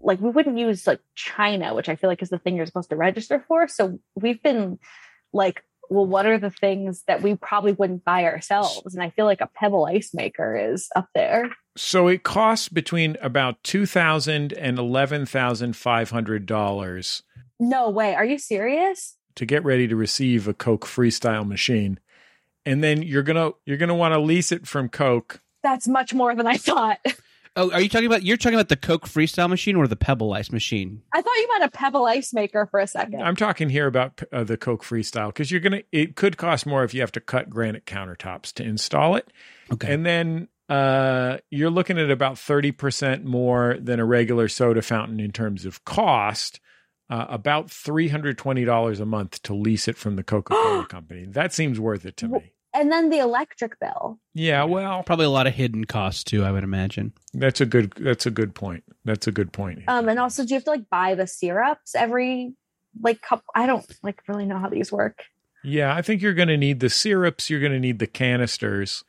Speaker 4: like we wouldn't use like China, which I feel like is the thing you're supposed to register for. So we've been like, well, what are the things that we probably wouldn't buy ourselves? And I feel like a pebble ice maker is up there.
Speaker 2: So it costs between about two thousand and eleven thousand five hundred dollars
Speaker 4: No way. Are you serious?
Speaker 2: to get ready to receive a Coke freestyle machine, and then you're gonna you're gonna want to lease it from Coke.
Speaker 4: That's much more than I thought.
Speaker 3: Oh, are you talking about? You're talking about the Coke freestyle machine or the Pebble Ice machine?
Speaker 4: I thought you meant a pebble ice maker for a 2nd
Speaker 2: I'm talking here about uh, the Coke freestyle because you're gonna it could cost more if you have to cut granite countertops to install it,
Speaker 3: Okay.
Speaker 2: and then uh, you're looking at about thirty percent more than a regular soda fountain in terms of cost. Uh, about three hundred twenty dollars a month to lease it from the Coca Cola company. That seems worth it to me.
Speaker 4: and then the electric bill.
Speaker 2: Yeah, well,
Speaker 3: Probably a lot of hidden costs too. I would imagine.
Speaker 2: that's a good that's a good point. That's a good point.
Speaker 4: Um, and also, do you have to like buy the syrups every like couple? I don't like really know how these work.
Speaker 2: Yeah, I think you're going to need the syrups. You're going to need the canisters.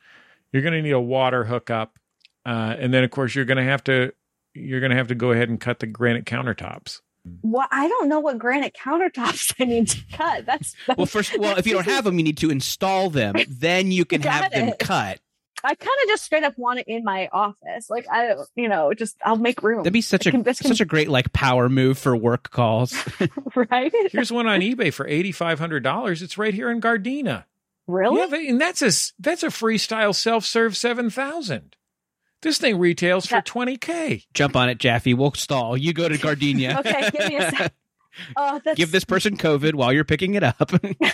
Speaker 2: You're going to need a water hookup, uh, and then of course you're going to have to you're going to have to go ahead and cut the granite countertops.
Speaker 4: What I don't know what granite countertops I need to cut. That's, that's
Speaker 3: Well, first, well, if you don't have them, you need to install them. Then you can have
Speaker 4: Got
Speaker 3: them
Speaker 4: it.
Speaker 3: cut.
Speaker 4: I kind of just straight up want it in my office. Like I, you know, just I'll make room.
Speaker 3: That'd be such a
Speaker 4: Can- this can-
Speaker 3: such a great like power move for work calls.
Speaker 4: right?
Speaker 2: Here's one on eBay for eighty five hundred dollars. It's right here in Gardena.
Speaker 4: Really?
Speaker 2: Yeah, they- and that's a s- that's a freestyle self serve seven thousand. This thing retails for
Speaker 4: That-
Speaker 2: twenty k.
Speaker 3: Jump on it, Jaffe. We'll stall. You go to Gardenia.
Speaker 4: Okay, give me a sec. Oh, that's,
Speaker 3: Give this person COVID while you're picking it up.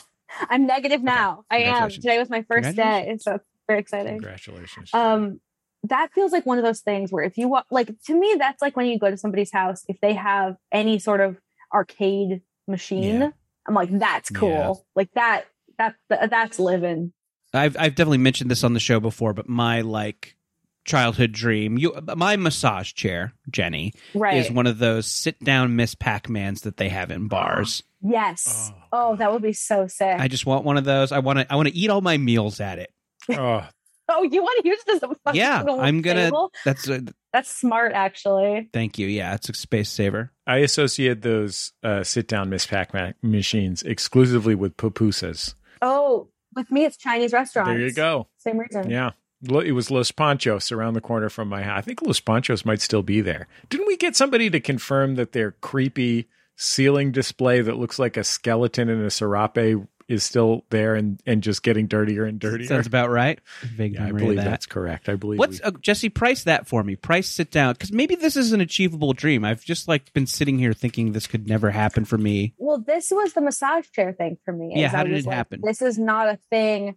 Speaker 4: I'm negative now. I am.
Speaker 3: Congratulations.
Speaker 4: Today was my first day,
Speaker 3: Congratulations.
Speaker 4: and so it's very exciting.
Speaker 2: Congratulations.
Speaker 4: um that feels like one of those things where if you want like to me that's like when you go to somebody's house if they have any sort of arcade machine
Speaker 3: Yeah.
Speaker 4: i'm like that's
Speaker 3: Yeah.
Speaker 4: cool like that that th- that's living
Speaker 3: I've I've definitely mentioned this on the show before, but my like childhood dream, you my massage chair, Jenny,
Speaker 4: right
Speaker 3: is one of those sit down Miss Pac-Mans that they have in bars.
Speaker 4: yes
Speaker 2: Oh,
Speaker 4: oh,
Speaker 2: God.
Speaker 4: that would be so sick
Speaker 3: I just want one of those. I want to I want to eat all my meals at it.
Speaker 2: oh,
Speaker 4: oh you want to use this as a fucking
Speaker 3: Yeah,
Speaker 4: little
Speaker 3: I'm gonna-
Speaker 4: table?
Speaker 3: That's a,
Speaker 4: that's smart actually
Speaker 3: thank you. Yeah, it's a space saver.
Speaker 2: I associate those uh, sit down Miss Pac Ma- machines exclusively with pupusas.
Speaker 4: oh with me it's chinese restaurants
Speaker 2: There you go.
Speaker 4: same reason
Speaker 2: Yeah. Lo- It was Los Panchos around the corner from my house. I think Los Panchos might still be there. Didn't we get somebody to confirm that their creepy ceiling display that looks like a skeleton in a serape is still there and, and just getting dirtier and dirtier?
Speaker 3: Sounds about right. Vague
Speaker 2: yeah, I
Speaker 3: memory
Speaker 2: believe
Speaker 3: of that.
Speaker 2: that's correct. I believe
Speaker 3: What's uh, Jesse? Price that for me. Price sit down because maybe this is an achievable dream. I've just like been sitting here thinking this could never happen for me.
Speaker 4: Well, this was the massage chair thing for me.
Speaker 3: Yeah,
Speaker 4: is
Speaker 3: how
Speaker 4: I
Speaker 3: did
Speaker 4: was
Speaker 3: it
Speaker 4: like,
Speaker 3: happen?
Speaker 4: This is not a thing.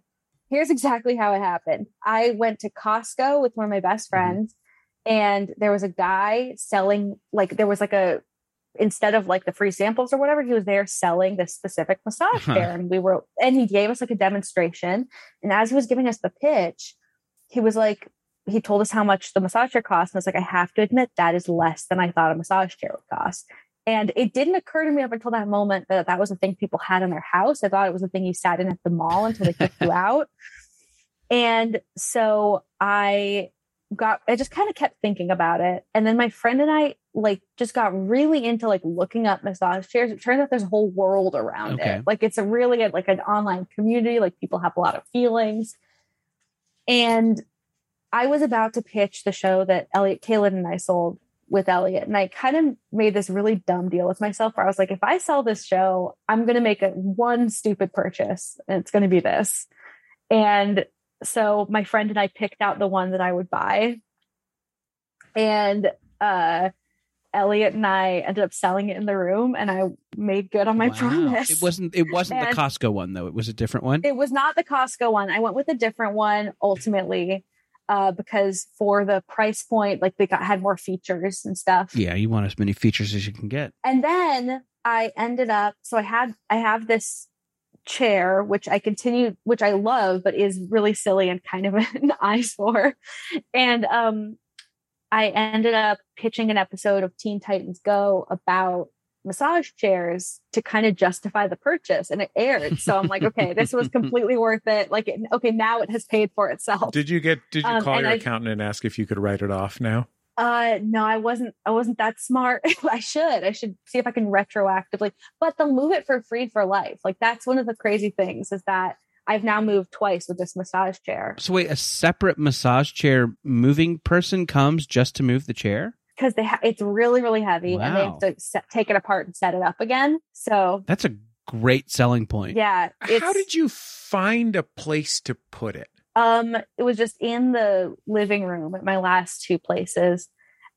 Speaker 4: Here's exactly how it happened. I went to Costco with one of my best
Speaker 3: Mm-hmm.
Speaker 4: friends, and there was a guy selling like there was like a instead of like the free samples or whatever, he was there selling this specific massage
Speaker 3: Huh.
Speaker 4: chair, and we were and he gave us like a demonstration. And as he was giving us the pitch, he was like. He told us how much the massage chair cost. And I was like, I have to admit, that is less than I thought a massage chair would cost. And it didn't occur to me up until that moment that that was a thing people had in their house. I thought it was a thing you sat in at the mall until they kicked you out. And so I got, I just kind of kept thinking about it. And then my friend and I like just got really into like looking up massage chairs. It turns out there's a whole world around
Speaker 3: Okay.
Speaker 4: it. Like it's a really like an online community. Like people have a lot of feelings. And I was about to pitch the show that Elliot Kalin and I sold with Elliot. And I kind of made this really dumb deal with myself where I was like, if I sell this show, I'm going to make a one stupid purchase and it's going to be this. And so my friend and I picked out the one that I would buy. And uh, Elliot and I ended up selling it in the room and I made good on my
Speaker 3: Wow.
Speaker 4: promise.
Speaker 3: It wasn't. It wasn't
Speaker 4: And-
Speaker 3: the Costco one though. It was a different one.
Speaker 4: It was not the Costco one. I went with a different one ultimately uh, because for the price point, like they got had more features and stuff.
Speaker 3: yeah, you want as many features as you can get.
Speaker 4: And then I ended up. So I had I have this chair which I continue, which I love, but is really silly and kind of an eyesore. And um, I ended up pitching an episode of Teen Titans Go about massage chairs to kind of justify the purchase and it aired so i'm like okay this was completely worth it like it, okay now it has paid for
Speaker 3: uh,
Speaker 4: itself
Speaker 2: Did you get? Did you
Speaker 4: Um,
Speaker 2: call
Speaker 4: and
Speaker 2: your
Speaker 4: I-
Speaker 2: accountant and ask if you could write it off now?
Speaker 4: Uh no, I wasn't I wasn't that smart. I should. I should see if I can retroactively. But they'll move it for free for life. Like that's one of the crazy things is that I've now moved twice with this massage chair
Speaker 3: So wait, a separate massage chair moving person comes just to move the chair?
Speaker 4: because they ha- it's really really heavy and they
Speaker 3: Wow.
Speaker 4: have to set, take it apart and set it up again. So
Speaker 3: That's a great selling point.
Speaker 4: yeah, it's
Speaker 2: How did you find a place to put it?
Speaker 4: um it was just in the living room at my last two places.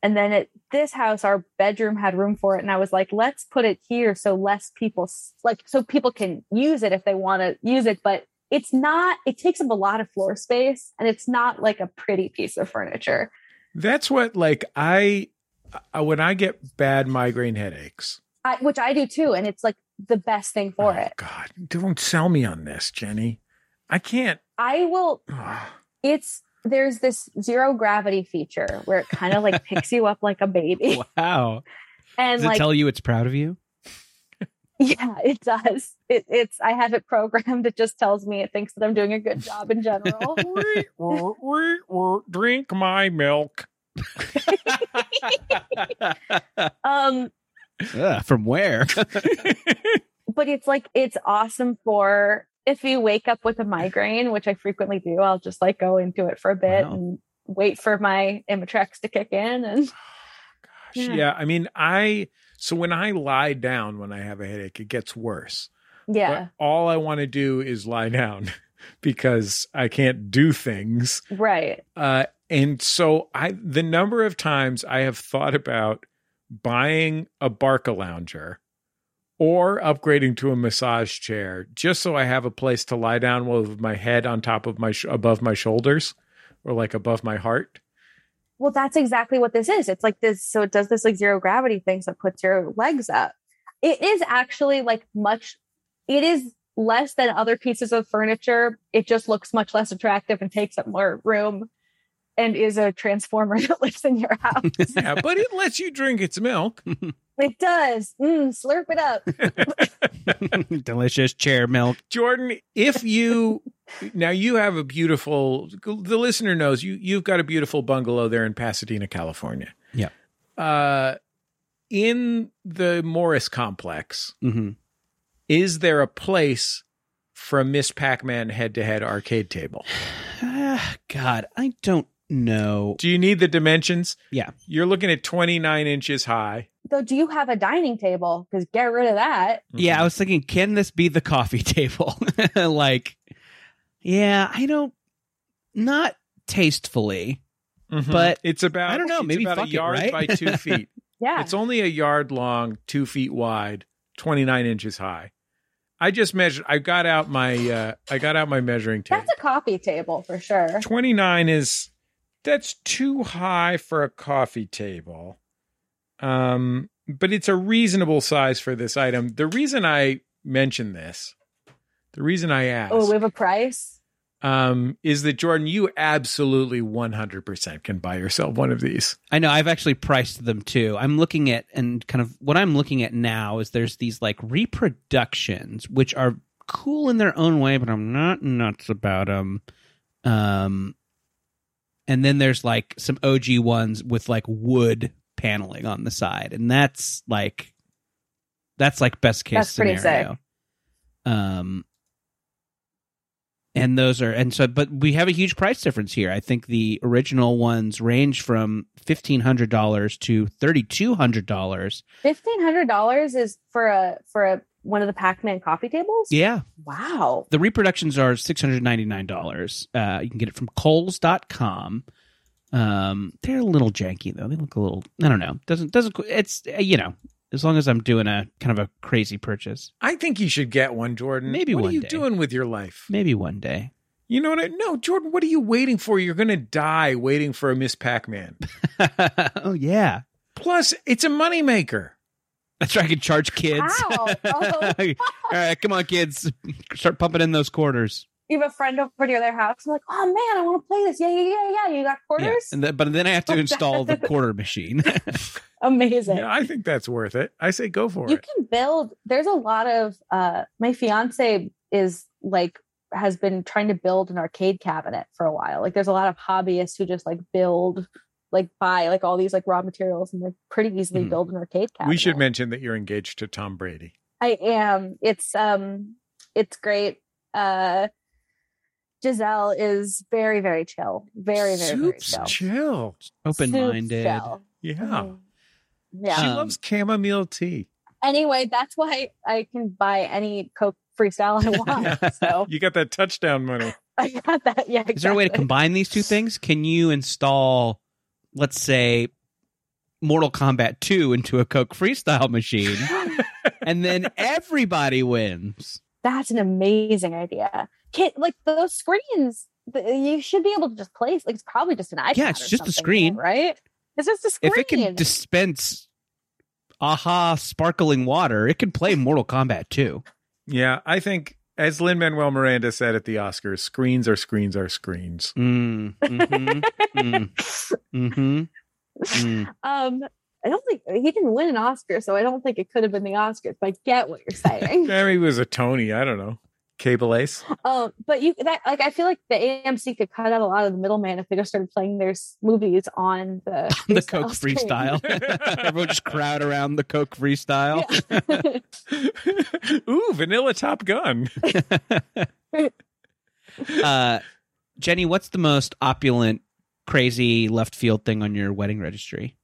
Speaker 4: And then at this house, our bedroom had room for it. And I was like, let's put it here so less people s- like so people can use it if they want to use it. But it's not, it takes up a lot of floor space and it's not like a pretty piece of furniture.
Speaker 2: That's what like I uh, when I get bad migraine headaches.
Speaker 4: I, which I do too. And it's like the best thing for
Speaker 2: Oh,
Speaker 4: it.
Speaker 2: God, don't sell me on this, Jenny. I can't.
Speaker 4: I will
Speaker 2: ugh.
Speaker 4: it's there's this zero gravity feature where it kind of like picks you up like a baby.
Speaker 3: Wow.
Speaker 4: And
Speaker 3: Does it
Speaker 4: like
Speaker 3: tell you it's proud of you?
Speaker 4: Yeah, it does. It, it's I have it programmed. It just tells me it thinks that I'm doing a good job in general.
Speaker 2: Wee, wee, wee, wee, Drink my milk.
Speaker 4: um,
Speaker 3: Ugh, from where?
Speaker 4: but it's like it's awesome for if you wake up with a migraine, which I frequently do. I'll just like go into it for a bit
Speaker 3: Wow.
Speaker 4: and wait for my Imitrex to kick in, and
Speaker 2: Gosh,
Speaker 4: Yeah.
Speaker 2: yeah, I mean, I so when I lie down when I have a headache, it gets worse.
Speaker 4: yeah,
Speaker 2: But all I want to do is lie down because I can't do things.
Speaker 4: right.
Speaker 2: Uh, and so I, the number of times I have thought about buying a Barca lounger or upgrading to a massage chair just so I have a place to lie down with my head on top of my sh- above my shoulders or like above my heart.
Speaker 4: Well, that's exactly what this is. It's like this. So it does this like zero gravity thing. So it puts your legs up. It is actually like much, it is less than other pieces of furniture. It just looks much less attractive and takes up more room and is a transformer that lives in your house.
Speaker 2: Yeah, Uh, but it lets you drink its milk.
Speaker 4: it does. Mm, slurp it up.
Speaker 3: Delicious chair milk.
Speaker 2: Jordan, if you now you have a beautiful the listener knows you you've got a beautiful bungalow there in Pasadena, California.
Speaker 3: Yeah.
Speaker 2: Uh in the Morris complex,
Speaker 3: Mhm.
Speaker 2: is there a place from Miss Pac-Man head-to-head arcade table?
Speaker 3: Ah, God, I don't know.
Speaker 2: Do you need the dimensions?
Speaker 3: Yeah.
Speaker 2: You're looking at 29 inches high.
Speaker 4: Though, do you have a dining table? Because get rid of that.
Speaker 3: Yeah,
Speaker 2: Mm-hmm.
Speaker 3: I was thinking, can this be the coffee table? like, yeah, I don't, not tastefully.
Speaker 2: Mhm.
Speaker 3: but-
Speaker 2: it's about
Speaker 3: I don't know,
Speaker 2: it's
Speaker 3: maybe
Speaker 2: about
Speaker 3: fuck
Speaker 2: a
Speaker 3: it,
Speaker 2: yard
Speaker 3: right?
Speaker 2: by two feet.
Speaker 4: Yeah.
Speaker 2: It's only a yard long, two feet wide, 29 inches high. I just measured. I got out my uh, I got out my measuring tape.
Speaker 4: That's a coffee table for sure.
Speaker 2: 29 is that's too high for a coffee table. Um, but it's a reasonable size for this item. The reason I mention this, the reason I asked,
Speaker 4: Oh, we have a price.
Speaker 2: um, is that Jordan, you absolutely 100% can buy yourself one of these.
Speaker 3: I know I've actually priced them too. I'm looking at and kind of what I'm looking at now is there's these like reproductions which are cool in their own way, but I'm not nuts about them. Um, and then there's like some OG ones with like wood paneling on the side, and that's like that's like best case
Speaker 4: That's pretty
Speaker 3: scenario. Um, and those are and so but we have a huge price difference here i think the original ones range from $1500 to $3200
Speaker 4: Fifteen hundred dollars is for a for a one of the Pac-Man coffee tables.
Speaker 3: yeah
Speaker 4: Wow.
Speaker 3: the reproductions are $699 uh, you can get it from coles.com um, they're a little janky though they look a little i don't know doesn't doesn't it's uh, you know as long as i'm doing a kind of a crazy purchase
Speaker 2: I think you should get one, Jordan.
Speaker 3: Maybe
Speaker 2: what
Speaker 3: one
Speaker 2: are you
Speaker 3: day.
Speaker 2: doing with your life?
Speaker 3: maybe one day
Speaker 2: You know what? I, no, Jordan. What are you waiting for? You're gonna die waiting for a Miss Pac-Man.
Speaker 3: oh yeah
Speaker 2: Plus, it's a moneymaker.
Speaker 3: that's right i could charge kids
Speaker 4: Wow. Oh.
Speaker 3: all right come on kids start pumping in those quarters
Speaker 4: you have a friend over to your other house. I'm like, oh man, I want to play this. Yeah, yeah, yeah, yeah. You got
Speaker 3: Yeah,
Speaker 4: quarters?
Speaker 3: and th- but then I have to install the quarter machine.
Speaker 4: Amazing.
Speaker 2: Yeah, I think that's worth it. I say go for
Speaker 4: you
Speaker 2: it.
Speaker 4: can build. There's a lot of. uh My fiance is like has been trying to build an arcade cabinet for a while. Like, there's a lot of hobbyists who just like build, like buy like all these like raw materials and like pretty easily
Speaker 3: Mhm.
Speaker 4: build an arcade cabinet.
Speaker 2: Hmm. We should mention that you're engaged to Tom Brady.
Speaker 4: I am. It's um it's great. Uh Giselle is very, very chill. Very, very, very
Speaker 2: Soup's
Speaker 4: chill.
Speaker 2: chill.
Speaker 3: Open minded.
Speaker 4: Soup's chill.
Speaker 2: Yeah,
Speaker 4: Mhm. Yeah.
Speaker 2: she
Speaker 3: Um,
Speaker 2: loves chamomile tea.
Speaker 4: anyway, that's why I can buy any Coke freestyle I want. so
Speaker 2: You got that touchdown money.
Speaker 4: I got that. Yeah.
Speaker 3: Is there a way to
Speaker 4: exactly.
Speaker 3: combine these two things? Can you install, let's say, Mortal Kombat 2 into a Coke freestyle machine? and then everybody wins.
Speaker 4: That's an amazing idea. Can, like those screens, th- you should be able to just place. Like it's probably just an iPad.
Speaker 3: Yeah, it's
Speaker 4: or
Speaker 3: just a
Speaker 4: something,
Speaker 3: screen.
Speaker 4: right? It's just a screen.
Speaker 3: If it can dispense aha sparkling water, it can play Mortal Kombat 2.
Speaker 2: Yeah, I think as Lin Manuel Miranda said at the Oscars, screens are screens are screens.
Speaker 3: Mm, mm-hmm, mm, mm-hmm, mm.
Speaker 4: Um, I don't think he didn't win an Oscar, so I don't think it could have been the Oscars. But I get what you're saying.
Speaker 2: Gary was a Tony. I don't know. Cable Ace.
Speaker 4: um, but you that like I feel like the AMC could cut out a lot of the middleman if they just started playing their s- movies on the
Speaker 3: The
Speaker 4: freestyle
Speaker 3: Coke
Speaker 4: screen.
Speaker 3: freestyle. Everyone just crowd around the Coke freestyle.
Speaker 4: Yeah.
Speaker 2: Ooh, vanilla Top Gun.
Speaker 3: uh, Jenny, what's the most opulent, crazy left field thing on your wedding registry?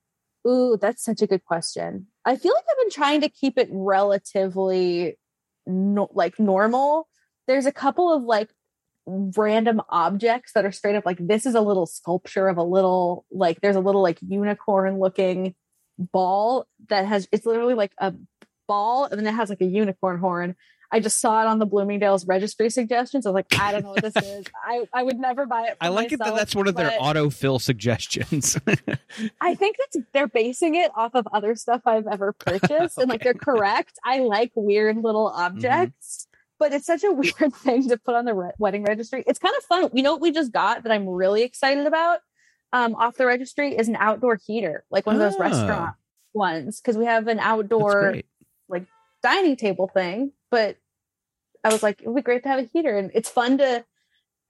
Speaker 4: Ooh, that's such a good question. I feel like I've been trying to keep it relatively no, like normal. There's a couple of like random objects that are straight up like this is a little sculpture of a little like there's a little like unicorn looking ball that has it's literally like a ball and then it has like a unicorn horn. I just saw it on the Bloomingdale's registry suggestions. I was like, I don't know what this is. I, I would never buy it. For
Speaker 3: I like it that
Speaker 4: myself,
Speaker 3: that's one of their
Speaker 4: but-
Speaker 3: autofill suggestions.
Speaker 4: I think that's they're basing it off of other stuff I've ever purchased, and like they're correct. I like weird little
Speaker 3: Mm-hmm.
Speaker 4: objects, but it's such a weird thing to put on the re- wedding registry. It's kind of fun. You know what we just got that I'm really excited about um, off the registry is an outdoor heater, like one of those
Speaker 3: Ah.
Speaker 4: restaurant ones, because we have an
Speaker 3: That's
Speaker 4: outdoor
Speaker 3: great.
Speaker 4: dining table thing, but I was like, it would be great to have a heater. And it's fun to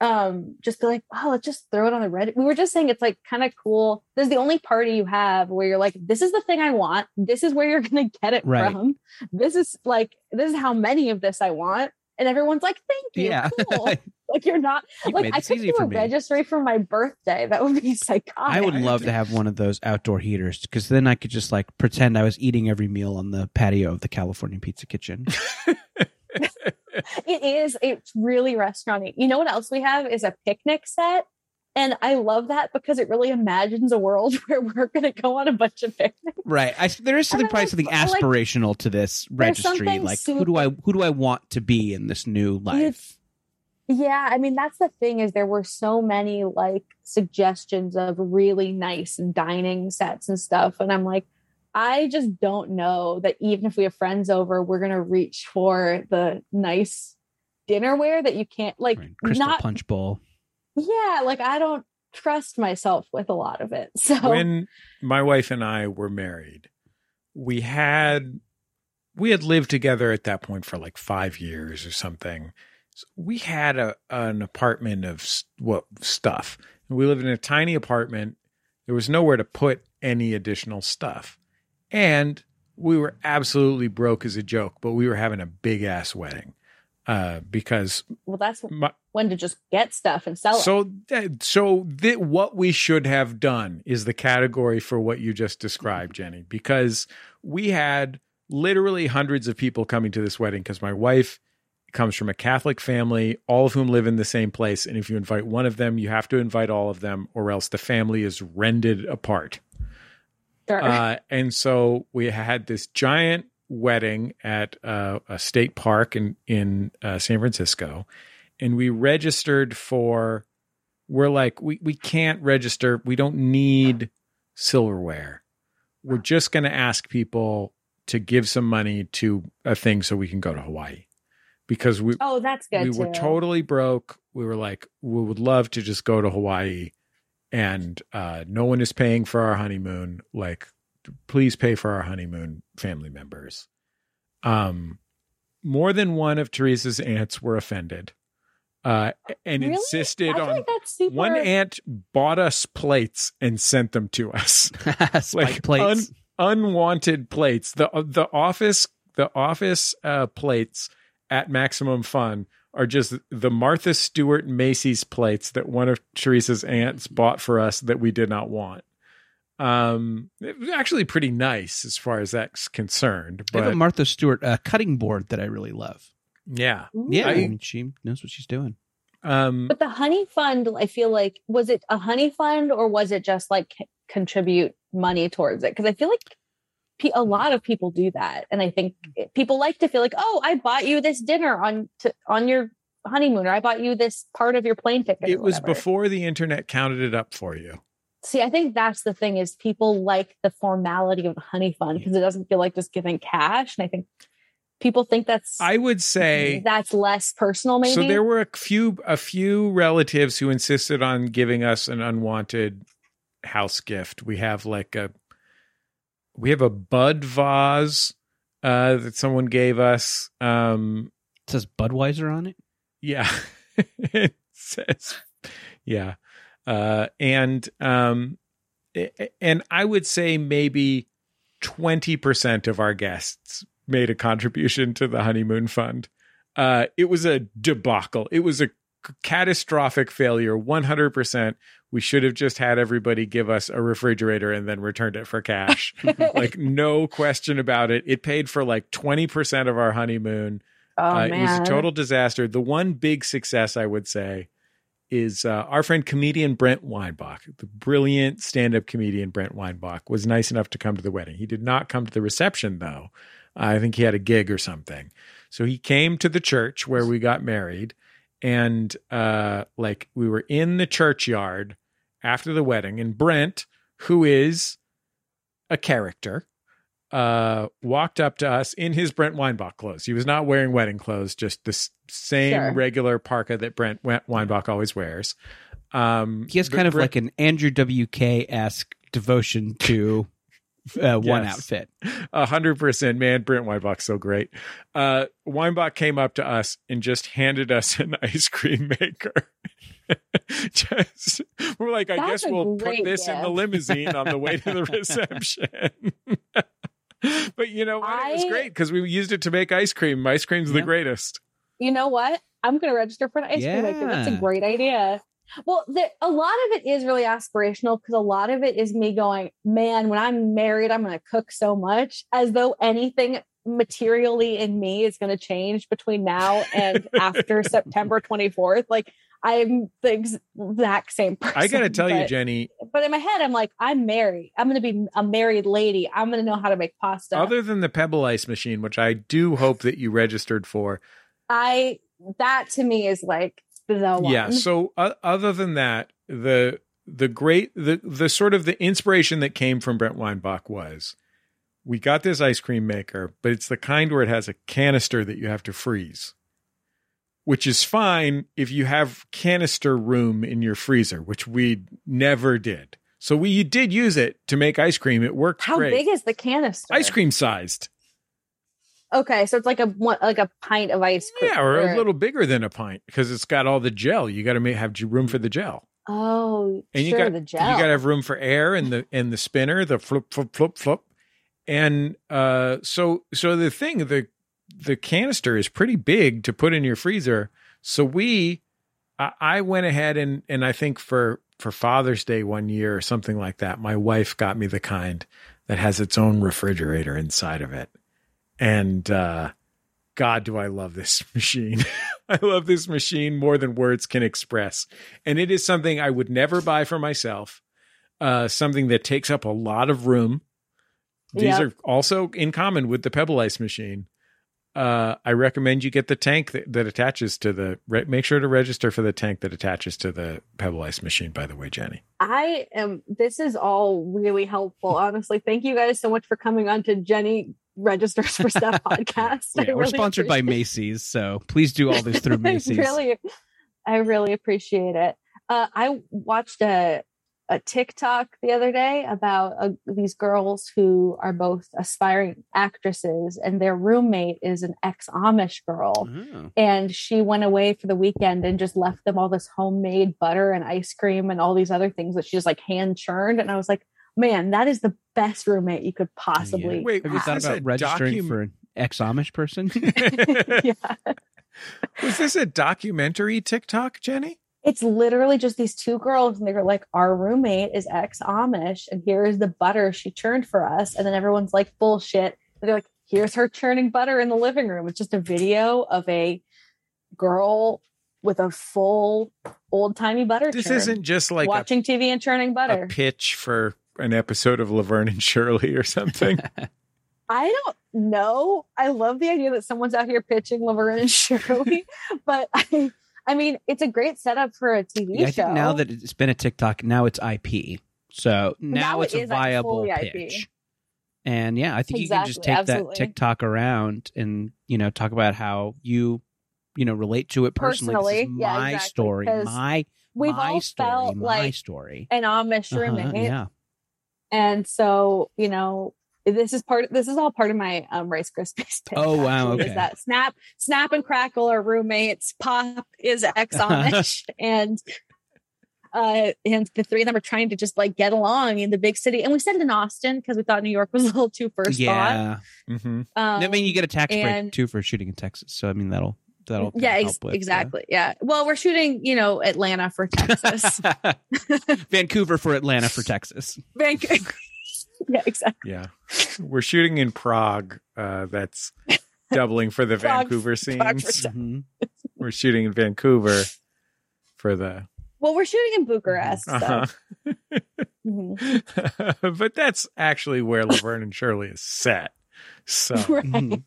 Speaker 4: um just be like, oh, let's just throw it on the Reddit. We were just saying it's like kind of cool. This is the only party you have where you're like, this is the thing I want. This is where you're gonna get it
Speaker 3: Right.
Speaker 4: from. This is like this is how many of this I want. and everyone's like, "Thank you,
Speaker 3: Yeah.
Speaker 4: cool." like you're not
Speaker 3: You
Speaker 4: like
Speaker 3: made
Speaker 4: I
Speaker 3: this
Speaker 4: could
Speaker 3: easy
Speaker 4: do
Speaker 3: for
Speaker 4: a
Speaker 3: me.
Speaker 4: registry for my birthday. That would be psychotic.
Speaker 3: I would love to have one of those outdoor heaters because then I could just like pretend I was eating every meal on the patio of the California Pizza Kitchen.
Speaker 4: It is. It's really restauranty. You know what else we have is a picnic set. And I love that because it really imagines a world where we're going to go on a bunch of picnics.
Speaker 3: right. I, there is something
Speaker 4: And I
Speaker 3: probably
Speaker 4: like-
Speaker 3: something
Speaker 4: I like-
Speaker 3: aspirational to this
Speaker 4: There's
Speaker 3: registry.
Speaker 4: something
Speaker 3: Like who do I who do I want to be in this new life?
Speaker 4: Yeah, I mean that's the thing is there were so many like suggestions of really nice dining sets and stuff and I'm like I just don't know that even if we have friends over we're going to reach for the nice dinnerware that you can't like
Speaker 3: Right, Crystal
Speaker 4: not
Speaker 3: punch bowl.
Speaker 4: yeah, like I don't trust myself with a lot of it. So
Speaker 2: when my wife and I were married, we had we had lived together at that point for like five years or something. So we had a an apartment of s- what stuff. And we lived in a tiny apartment. There was nowhere to put any additional stuff, and we were absolutely broke as a joke. But we were having a big ass wedding uh, because
Speaker 4: well that's
Speaker 2: my,
Speaker 4: when to just get stuff and sell it.
Speaker 2: so, that- so th- what we should have done is the category for what you just described, Jenny, because we had literally hundreds of people coming to this wedding because my wife comes from a Catholic family, all of whom live in the same place. And if you invite one of them, you have to invite all of them, or else the family is rended apart.
Speaker 4: Sure.
Speaker 2: Uh, and so we had this giant wedding at uh, a state park in in uh, San Francisco, and we registered for. We're like we we can't register. We don't need silverware. We're just going to ask people to give some money to a thing so we can go to Hawaii because we
Speaker 4: oh, that's good.
Speaker 2: we were
Speaker 4: too.
Speaker 2: totally broke. We were like, we would love to just go to Hawaii, and uh, no one is paying for our honeymoon. Like, please pay for our honeymoon, family members. Um, more than one of Teresa's aunts were offended, uh, and
Speaker 4: Really? I
Speaker 2: insisted
Speaker 4: feel
Speaker 2: on.
Speaker 4: like that's super
Speaker 2: one aunt bought us plates and sent them to us
Speaker 3: Spike
Speaker 2: Like,
Speaker 3: plates.
Speaker 2: unwanted plates. The uh, the office the office uh, plates at Maximum Fun are just the Martha Stewart Macy's plates that one of Teresa's aunts bought for us that we did not want. Um, it was actually pretty nice as far as that's concerned.
Speaker 3: I have
Speaker 2: But
Speaker 3: a Martha Stewart uh, cutting board that I really love.
Speaker 2: yeah,
Speaker 4: Ooh.
Speaker 3: Yeah, I
Speaker 2: I-
Speaker 3: mean, she knows what she's doing.
Speaker 2: um,
Speaker 4: But the honey fund, I feel like, was it a honey fund or was it just like c- contribute money towards it? Because I feel like pe- a lot of people do that, and I think
Speaker 2: Mm.
Speaker 4: it- people like to feel like, oh, I bought you this dinner on to, on your honeymoon, or I bought you this part of your plane ticket. or
Speaker 2: it was
Speaker 4: whatever."
Speaker 2: before the internet counted it up for you.
Speaker 4: See, I think that's the thing is people like the formality of the honey fund because it doesn't feel like just giving cash, and I think people think that's
Speaker 2: I would say
Speaker 3: Mm-hmm.
Speaker 4: that's less personal. Maybe
Speaker 2: So there were a few a few relatives who insisted on giving us an unwanted house gift. We have like a we have a bud vase uh that someone gave us. Um
Speaker 3: It says Budweiser on it.
Speaker 2: yeah. it says yeah. Uh and um a- a- and I would say maybe 20% of our guests made a contribution to the honeymoon fund. Uh, it was a debacle. It was a c- catastrophic failure, 100%. We should have just had everybody give us a refrigerator and then returned it for cash. like, no question about it. It paid for like 20% of our honeymoon.
Speaker 4: oh
Speaker 2: Uh,
Speaker 4: man,
Speaker 2: It was a total disaster. The one big success, I would say, is uh, our friend comedian Brent Weinbach, the brilliant stand up comedian Brent Weinbach, was nice enough to come to the wedding. He did not come to the reception, though. I think he had a gig or something. So he came to the church where we got married. And uh, like we were in the churchyard after the wedding, and Brent, who is a character, uh, walked up to us in his Brent Weinbach clothes. He was not wearing wedding clothes, just the s- same
Speaker 4: Sure.
Speaker 2: regular parka that Brent Wen- Weinbach always wears. Um,
Speaker 3: He has
Speaker 2: but
Speaker 3: kind of
Speaker 2: Brent-
Speaker 3: like an Andrew WK esque devotion to uh, one
Speaker 2: Yes.
Speaker 3: outfit.
Speaker 2: A hundred percent, man. Brent Weinbach's so great. Uh, Weinbach came up to us and just handed us an ice cream maker. just we're like, I
Speaker 4: That's
Speaker 2: guess
Speaker 4: a
Speaker 2: we'll put
Speaker 4: great
Speaker 2: this in the
Speaker 4: gift.
Speaker 2: limousine on the way to the reception. but you know what? It was
Speaker 4: I-
Speaker 2: great because we used it to make ice cream. Ice cream's the
Speaker 3: Yep.
Speaker 2: greatest.
Speaker 4: you know what? I'm going to register for an ice cream maker. That's a
Speaker 3: Yeah.
Speaker 4: great idea. Well, the, a lot of it is really aspirational because a lot of it is me going, man, when I'm married, I'm going to cook so much as though anything materially in me is going to change between now and after September 24th. Like, I'm the ex- exact same person.
Speaker 2: I gotta tell you,
Speaker 4: but-
Speaker 2: Jenny.
Speaker 4: But in my head, I'm like, I'm married. I'm going to be a married lady. I'm going to know how to make pasta.
Speaker 2: Other than the pebble ice machine, which I do hope that you registered for,
Speaker 4: I, that to me is like the one.
Speaker 2: yeah. So uh, other than that, the the great the the sort of the inspiration that came from Brent Weinbach was we got this ice cream maker, but it's the kind where it has a canister that you have to freeze. Which is fine if you have canister room in your freezer, which we never did. So we did use it to make ice cream. It worked
Speaker 4: How
Speaker 2: great.
Speaker 4: big is the canister?
Speaker 2: ice cream sized.
Speaker 4: Okay, so it's like a one, like a pint of ice cream.
Speaker 2: Yeah, or a little bigger than a pint because it's got all the gel. You got to make, have j- room for the gel,
Speaker 4: Oh,
Speaker 2: and
Speaker 4: sure,
Speaker 2: you got
Speaker 4: the gel.
Speaker 2: you got to have room for air and the and the spinner, the flip flip flip flip, and uh, so so the thing the the canister is pretty big to put in your freezer. So we, I, I went ahead and and I think for for Father's Day one year or something like that, my wife got me the kind that has its own refrigerator inside of it, and uh, God, do I love this machine. I love this machine more than words can express, and it is something I would never buy for myself. Uh, something that takes up a lot of room. These
Speaker 4: Yep.
Speaker 2: are also in common with the Pebble Ice machine uh, I recommend you get the tank that, that attaches to the. Re- make sure to register for the tank that attaches to the Pebble Ice machine. By the way, Jenny.
Speaker 4: I am. This is all really helpful. Honestly, thank you guys so much for coming on to Jenny Registers for Stuff podcast. I
Speaker 3: Yeah, we're
Speaker 4: really
Speaker 3: sponsored by
Speaker 4: appreciate-
Speaker 3: Macy's, so please do all this through Macy's.
Speaker 4: I really, I really appreciate it. Uh, I watched a a TikTok the other day about uh, these girls who are both aspiring actresses, and their roommate is an ex Amish girl.
Speaker 3: Oh.
Speaker 4: and she went away for the weekend and just left them all this homemade butter and ice cream and all these other things that she just like hand churned and i was like man that is the best roommate you could possibly
Speaker 3: Yeah.
Speaker 2: Wait,
Speaker 3: Have you
Speaker 2: was
Speaker 3: thought
Speaker 2: this a
Speaker 3: about registering
Speaker 2: docu-
Speaker 3: for an ex Amish person?
Speaker 4: yeah
Speaker 2: Was this a documentary TikTok, Jenny?
Speaker 4: it's literally just these two girls and they were like our roommate is ex amish and here is the butter she churned for us and then everyone's like bullshit and they're like here's her churning butter in the living room it's just a video of a girl with a full old-timey butter
Speaker 2: This
Speaker 4: churn
Speaker 2: isn't just like a,
Speaker 4: watching tv and churning butter
Speaker 2: a pitch for an episode of Laverne and Shirley or something.
Speaker 4: I don't know. I love the idea that someone's out here pitching Laverne and Shirley, but I, I mean, it's a great setup for a TV
Speaker 3: Yeah, I
Speaker 4: show.
Speaker 3: think now that it's been a TikTok, now it's IP. So now,
Speaker 4: Now it
Speaker 3: it's a
Speaker 4: is, like,
Speaker 3: viable
Speaker 4: fully IP.
Speaker 3: pitch. And yeah, I think you can just
Speaker 4: Exactly,
Speaker 3: take
Speaker 4: absolutely.
Speaker 3: that TikTok around and you know talk about how you you know relate to it personally. This is
Speaker 4: Personally, yeah,
Speaker 3: my
Speaker 4: exactly,
Speaker 3: story,
Speaker 4: 'cause
Speaker 3: my
Speaker 4: we've
Speaker 3: my
Speaker 4: all
Speaker 3: story,
Speaker 4: felt
Speaker 3: my
Speaker 4: like
Speaker 3: story.
Speaker 4: an Amish
Speaker 3: Uh-huh,
Speaker 4: roommate,
Speaker 3: yeah,
Speaker 4: and so you know, this is part. This is all part of my um, Rice Krispies. pitch,
Speaker 3: Oh, wow,
Speaker 4: actually, Is
Speaker 3: okay.
Speaker 4: that snap, snap, and crackle are roommates? Pop is ex
Speaker 3: Uh-huh.
Speaker 4: Amish, and uh, and the three of them are trying to just like get along in the big city. And we said it in Austin because we thought New York was a little too first thought.
Speaker 3: yeah.
Speaker 2: hmm
Speaker 4: Um,
Speaker 3: I mean, you get a tax break
Speaker 4: and-
Speaker 3: too for shooting in Texas. So I mean, that'll that'll kinda
Speaker 4: yeah, ex-
Speaker 3: help with, uh,
Speaker 4: exactly. Yeah. Well, we're shooting, you know, Atlanta for Texas.
Speaker 3: Vancouver for Atlanta for Texas.
Speaker 4: Vancouver. yeah, exactly.
Speaker 2: Yeah, we're shooting in Prague. Uh, that's doubling for the
Speaker 4: Prague-
Speaker 2: Vancouver
Speaker 4: Prague for
Speaker 2: scenes.
Speaker 3: Mhm.
Speaker 2: We're shooting in Vancouver for the.
Speaker 4: Well, we're shooting in Bucharest. So.
Speaker 2: Uh-huh.
Speaker 4: Mhm.
Speaker 2: but that's actually where Laverne and Shirley is set. So mm-hmm.
Speaker 4: Right.
Speaker 3: Mhm.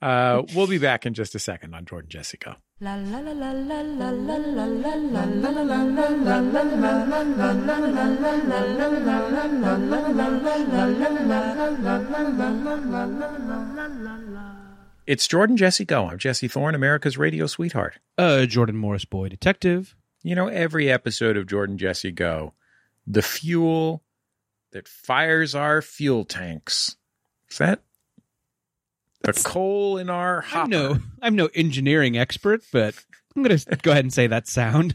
Speaker 2: uh, we'll be back in just a second on Jordan Jessica.
Speaker 1: La la la la la la la la la la la la la la la la
Speaker 2: It's Jordan Jesse Go. I'm Jesse Thorne, America's radio sweetheart.
Speaker 3: Uh, Jordan Morris, boy detective.
Speaker 2: You know, every episode of Jordan Jesse Go, the fuel that fires our fuel tanks. Is that the coal in our hopper?
Speaker 3: I'm no, I'm no engineering expert, but I'm gonna go ahead and say that sound.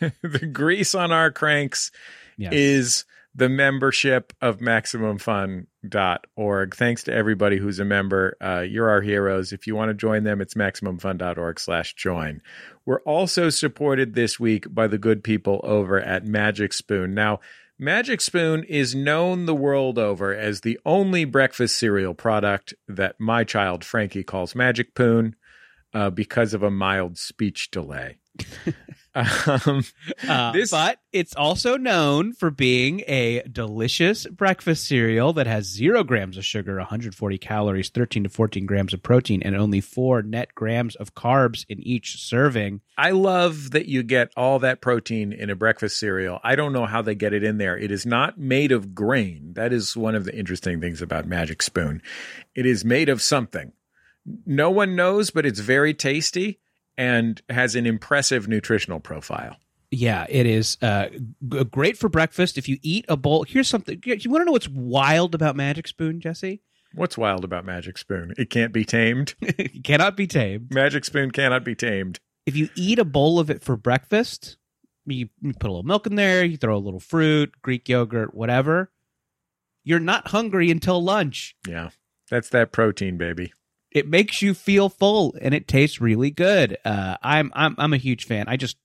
Speaker 2: the grease on our cranks
Speaker 3: yeah,
Speaker 2: is the membership of MaximumFun.org. Thanks to everybody who's a member. Uh, you're our heroes. If you want to join them, it's MaximumFun.org slash join. We're also supported this week by the good people over at Magic Spoon. Now, Magic Spoon is known the world over as the only breakfast cereal product that my child Frankie calls Magic Poon uh, because of a mild speech delay. um,
Speaker 3: Uh,
Speaker 2: This-
Speaker 3: But it's also known for being a delicious breakfast cereal that has zero grams of sugar, 140 calories, 13 to 14 grams of protein, and only four net grams of carbs in each serving.
Speaker 2: I love that you get all that protein in a breakfast cereal. I don't know how they get it in there. It is not made of grain. That is one of the interesting things about Magic Spoon. It is made of something. No one knows, but it's very tasty and has an impressive nutritional profile.
Speaker 3: Yeah, it is uh, g- great for breakfast. If you eat a bowl, here's something. You want to know what's wild about Magic Spoon, Jesse?
Speaker 2: What's wild about Magic Spoon? It can't be tamed.
Speaker 3: it cannot be tamed.
Speaker 2: Magic Spoon cannot be tamed.
Speaker 3: if you eat a bowl of it for breakfast, you, you put a little milk in there, you throw a little fruit, Greek yogurt, whatever, you're not hungry until lunch.
Speaker 2: Yeah. That's that protein, baby.
Speaker 3: It makes you feel full and it tastes really good. Uh, I'm I'm I'm a huge fan. I just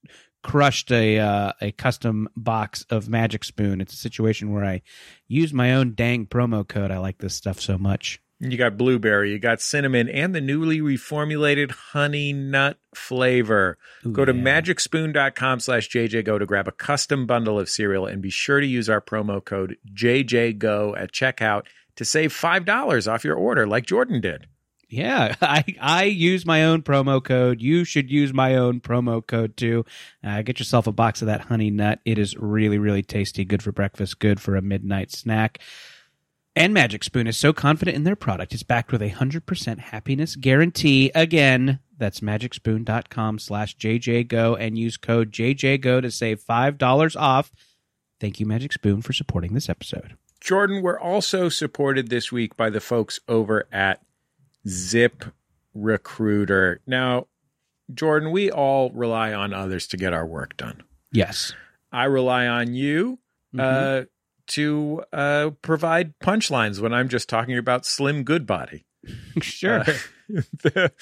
Speaker 3: crushed a uh, a custom box of Magic Spoon. It's a situation where I use my own dang promo code. I like this stuff so much.
Speaker 2: You got blueberry, you got cinnamon, and the newly reformulated honey nut flavor.
Speaker 3: Ooh,
Speaker 2: Go to
Speaker 3: yeah.
Speaker 2: magicspoon.com slash jjgo to grab a custom bundle of cereal and be sure to use our promo code jjgo at checkout to save $5 off your order like Jordan did.
Speaker 3: Yeah, I I use my own promo code. You should use my own promo code too. Uh, get yourself a box of that honey nut. It is really really tasty. Good for breakfast. Good for a midnight snack. And Magic Spoon is so confident in their product, it's backed with a hundred percent happiness guarantee. Again, that's magicspoon.com slash jjgo and use code jjgo to save five dollars off. Thank you, Magic Spoon, for supporting this episode.
Speaker 2: Jordan, we're also supported this week by the folks over at Zip Recruiter. Now, Jordan, we all rely on others to get our work done.
Speaker 3: Yes.
Speaker 2: I rely on you
Speaker 3: Mm-hmm.
Speaker 2: uh, to uh, provide punchlines when I'm just talking about Slim Goodbody.
Speaker 3: sure.
Speaker 2: Uh, the,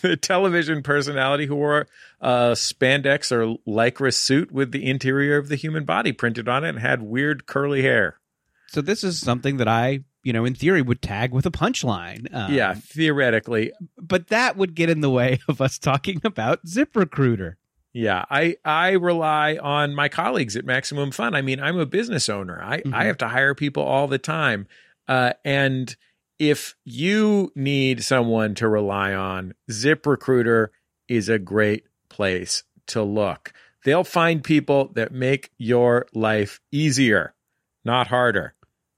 Speaker 2: the television personality who wore a spandex or lycra suit with the interior of the human body printed on it and had weird curly hair.
Speaker 3: So this is something that I, you know, in theory would tag with a punchline. Um,
Speaker 2: yeah, theoretically.
Speaker 3: But that would get in the way of us talking about ZipRecruiter.
Speaker 2: Yeah, I I rely on my colleagues at Maximum Fun. I mean, I'm a business owner. I
Speaker 3: Mhm.
Speaker 2: I have to hire people all the time. Uh and if you need someone to rely on, ZipRecruiter is a great place to look. They'll find people that make your life easier, not harder.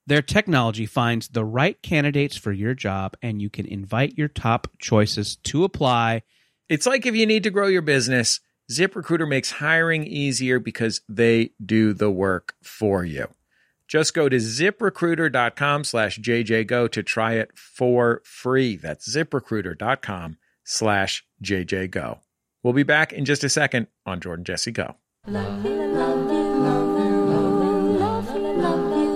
Speaker 3: Their technology finds the right candidates for your job, and you can invite your top choices to apply.
Speaker 2: It's like if you need to grow your business, ZipRecruiter makes hiring easier because they do the work for you. Just go to ziprecruiter.com slash jjgo to try it for free. That's ziprecruiter.com slash jjgo. We'll be back in just a second on Jordan Jesse Go.
Speaker 1: Love you, love you, love you, love you, love you, love you,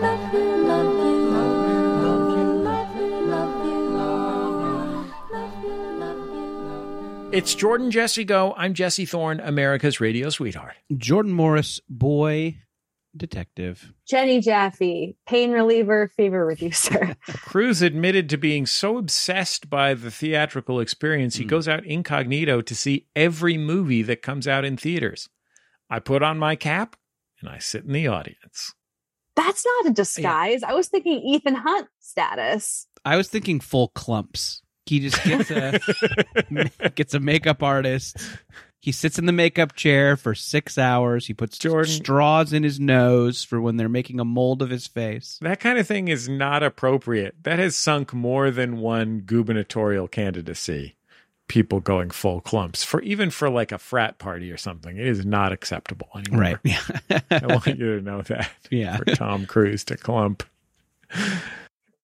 Speaker 1: love you, love you, love you, love you, love you, love you, love you, love you.
Speaker 2: It's Jordan Jesse Go. I'm Jesse Thorne, America's radio sweetheart.
Speaker 3: Jordan Morris, boy detective.
Speaker 4: Jenny Jaffe, pain reliever, fever reducer.
Speaker 2: Cruz admitted to being so obsessed by the theatrical experience, he
Speaker 3: Mm.
Speaker 2: goes out incognito to see every movie that comes out in theaters. I put on my cap and I sit in the audience.
Speaker 4: That's not a disguise. I was thinking Ethan Hunt status.
Speaker 3: I was thinking full clumps. He just gets a gets a makeup artist. He sits in the makeup chair for six hours. He puts
Speaker 2: Jordan.
Speaker 3: straws in his nose for when they're making a mold of his face.
Speaker 2: that kind of thing is not appropriate. That has sunk more than one gubernatorial candidacy. People going full clumps for even for like a frat party or something. It is not acceptable anymore.
Speaker 3: Right.
Speaker 2: I want you to know that.
Speaker 3: yeah.
Speaker 2: For Tom Cruise to clump.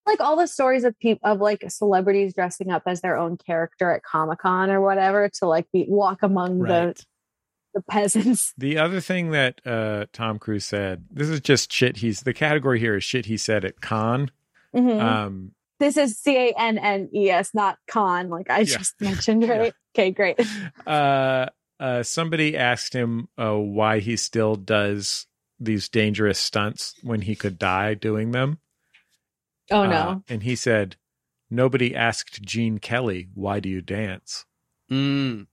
Speaker 4: Like all the stories of people of like celebrities dressing up as their own character at Comic Con or whatever to like be walk among
Speaker 3: Right.
Speaker 4: the the peasants.
Speaker 2: The other thing that uh, Tom Cruise said, this is just shit. He's the category here is shit he said at con.
Speaker 4: Mhm.
Speaker 3: Mm-hmm.
Speaker 2: Um,
Speaker 4: this is C A N N E S, not con, like I
Speaker 2: Yeah.
Speaker 4: just mentioned, right? Okay, great.
Speaker 2: uh, uh, somebody asked him uh, why he still does these dangerous stunts when he could die doing them.
Speaker 4: Oh no.
Speaker 2: Uh, and he said, Nobody asked Gene Kelly, why do you dance?
Speaker 3: Mm.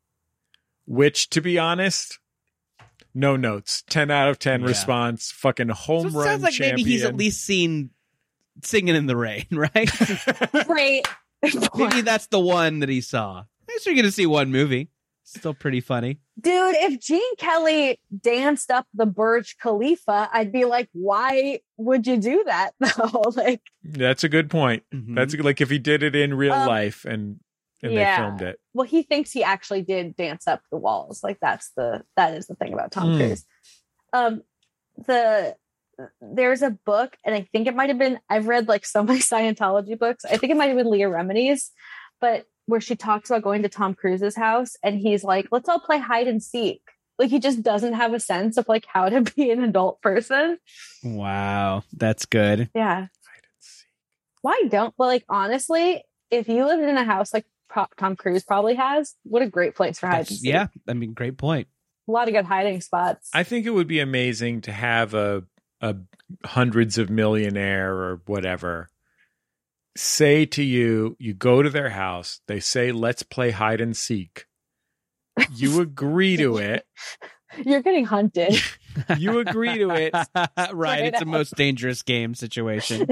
Speaker 2: Which, to be honest, no notes. 10 out of 10
Speaker 3: Yeah.
Speaker 2: response. Fucking home
Speaker 3: So it
Speaker 2: run
Speaker 3: sounds like
Speaker 2: champion.
Speaker 3: maybe he's at least seen singing in the rain, right?
Speaker 2: Uh,
Speaker 4: great.
Speaker 3: maybe that's the one that he saw. I guess you're gonna see one movie. Still pretty funny.
Speaker 4: Dude, if Gene Kelly danced up the Burj Khalifa, I'd be like, why would you do that though? like,
Speaker 2: That's a good point.
Speaker 3: Mhm.
Speaker 2: That's like if he did it in real
Speaker 4: Um,
Speaker 2: life and, and
Speaker 4: yeah.
Speaker 2: they filmed it.
Speaker 4: well, he thinks he actually did dance up the walls. Like that's the that is the thing about Tom
Speaker 2: Hmm.
Speaker 4: Cruise. Um the there's a book, and I think it might have been I've read like so many Scientology books. I think it might have been Leah Remini's, but where she talks about going to Tom Cruise's house and he's like, let's all play hide and seek. Like he just doesn't have a sense of like how to be an adult person.
Speaker 3: Mm-hmm. wow. That's good.
Speaker 4: Yeah.
Speaker 2: I didn't see.
Speaker 4: why don't well like honestly if you lived in a house like Pro- tom cruise probably has what a great place for hiding
Speaker 3: That's- yeah. I mean, great point.
Speaker 4: a lot of good hiding spots
Speaker 2: I think it would be amazing to have a a hundreds of millionaire or whatever say to you, you go to their house, they say, let's play hide and seek. You agree to it.
Speaker 4: you're getting hunted
Speaker 2: You agree to it.
Speaker 3: right. It's a most dangerous game situation.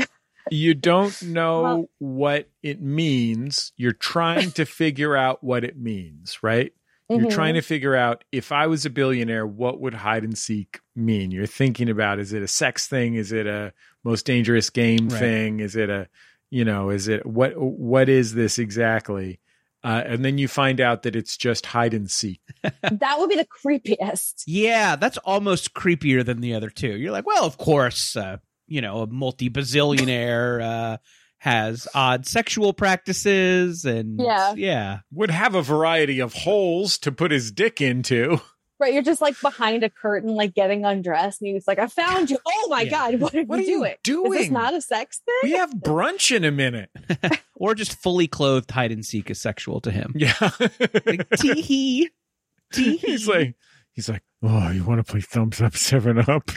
Speaker 2: You don't know
Speaker 4: Well-
Speaker 2: what it means. You're trying to figure out what it means, right?
Speaker 3: Mm-hmm.
Speaker 2: You're
Speaker 4: Mhm.
Speaker 2: trying to figure out if I was a billionaire, what would hide and seek mean? You're thinking about is it a sex thing? Is it a most dangerous game
Speaker 3: Right.
Speaker 2: thing? Is it a you know, is it what what is this exactly? Uh, and then you find out that it's just hide and seek.
Speaker 4: that would be the creepiest
Speaker 3: Yeah, that's almost creepier than the other two. You're like, well, of course, uh, you know, a multi bazillionaire uh, has odd sexual practices and
Speaker 4: Yeah.
Speaker 3: yeah,
Speaker 2: Would have a variety of holes to put his dick into.
Speaker 4: right you're just like behind a curtain like getting undressed and he's like i found you oh my
Speaker 3: Yeah.
Speaker 4: god what did
Speaker 2: What
Speaker 4: we
Speaker 2: are you
Speaker 4: do it
Speaker 2: doing?
Speaker 4: is this not a sex
Speaker 2: We
Speaker 4: thing
Speaker 2: have brunch in a minute.
Speaker 3: or just fully clothed hide and seek is sexual to him.
Speaker 2: Yeah.
Speaker 3: Like, tee hee, tee hee.
Speaker 2: he's like he's like, Oh, you wanna play thumbs up seven up?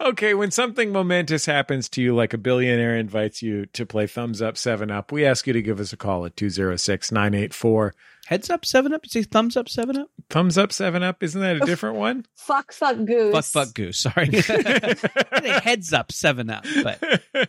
Speaker 2: okay, when something momentous happens to you, like a billionaire invites you to play Thumbs Up 7 Up, we ask you to give us a call at 206 984.
Speaker 3: heads up, seven up. You say thumbs up, seven up.
Speaker 2: Thumbs Up 7 Up, isn't that a different one?
Speaker 4: fuck fuck goose
Speaker 3: Fuck, fuck, goose. Sorry, I think heads up, seven up. But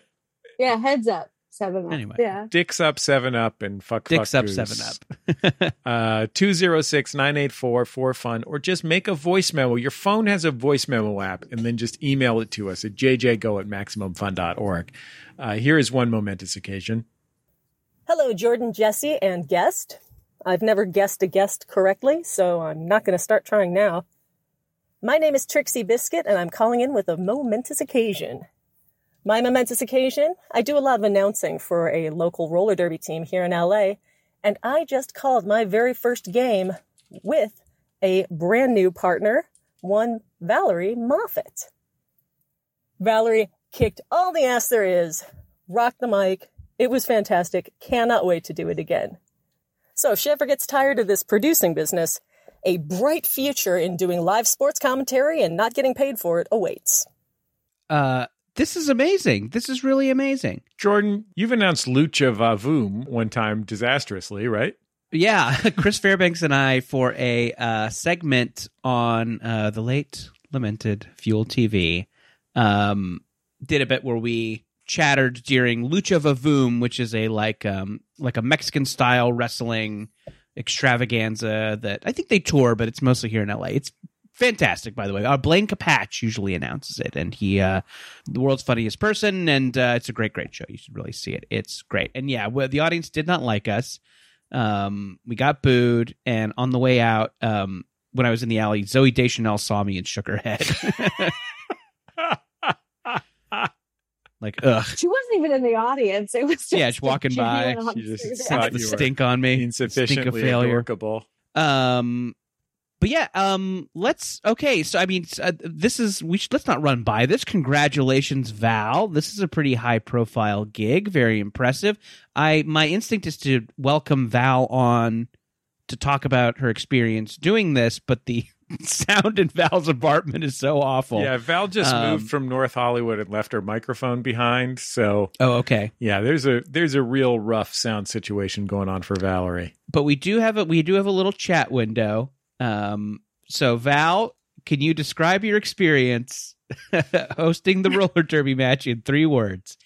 Speaker 4: yeah heads up seven up.
Speaker 3: Anyway.
Speaker 4: yeah
Speaker 2: Dicks Up 7 Up and Fuck
Speaker 3: dicks
Speaker 2: fuck
Speaker 3: up,
Speaker 2: Goose.
Speaker 3: seven up.
Speaker 2: Uh, 206 984 fun or just make a voice memo. Your phone has a voice memo app, and then just email it to us at jjgo at maximumfun.org. Uh, here is one momentous occasion.
Speaker 5: Hello, Jordan, Jesse, and guest. I've never guessed a guest correctly, so I'm not going to start trying now. My name is Trixie Biscuit, and I'm calling in with a momentous occasion. My momentous occasion I do a lot of announcing for a local roller derby team here in LA, and I just called my very first game with a brand new partner, one Valerie Moffat. Valerie kicked all the ass there is, rocked the mic. It was fantastic. Cannot wait to do it again. So if she ever gets tired of this producing business, a bright future in doing live sports commentary and not getting paid for it awaits.
Speaker 3: Uh, this is amazing. This is really amazing.
Speaker 2: Jordan, you've announced Lucha Vavoom one time disastrously, right?
Speaker 3: Yeah, Chris Fairbanks and I for a uh, segment on uh, the late lamented Fuel TV um, did a bit where we chattered during Lucha Vavoom, which is a like um, like a Mexican style wrestling extravaganza that I think they tour, but it's mostly here in LA. It's fantastic, by the way. Uh, Blaine Capatch usually announces it, and he uh, the world's funniest person, and uh, it's a great, great show. You should really see it. It's great, and yeah, well, the audience did not like us um, we got booed, and on the way out, um, when I was in the alley, Zoe Deschanel saw me and shook her head. like, ugh,
Speaker 4: she wasn't even in the audience it was just
Speaker 3: Yeah, just
Speaker 4: the
Speaker 3: walking by.
Speaker 4: genuine
Speaker 2: She just
Speaker 4: observation.
Speaker 2: saw
Speaker 3: the
Speaker 2: you were
Speaker 3: stink on me, stink of
Speaker 2: insufficiently
Speaker 3: failure.
Speaker 2: adorkable.
Speaker 3: Um, but yeah, um, let's okay. So I mean, s- uh, this is we should let's not run by this. Congratulations, Val. This is a pretty high profile gig. Very impressive. I my instinct is to welcome Val on to talk about her experience doing this, but the sound in Val's apartment is so awful.
Speaker 2: Yeah, Val just
Speaker 3: Um,
Speaker 2: moved from North Hollywood and left her microphone behind. So
Speaker 3: Oh, okay.
Speaker 2: yeah, there's a there's a real rough sound situation going on for Valerie.
Speaker 3: but we do have a we do have a little chat window. Um, so Val, can you describe your experience hosting the roller derby match in three words?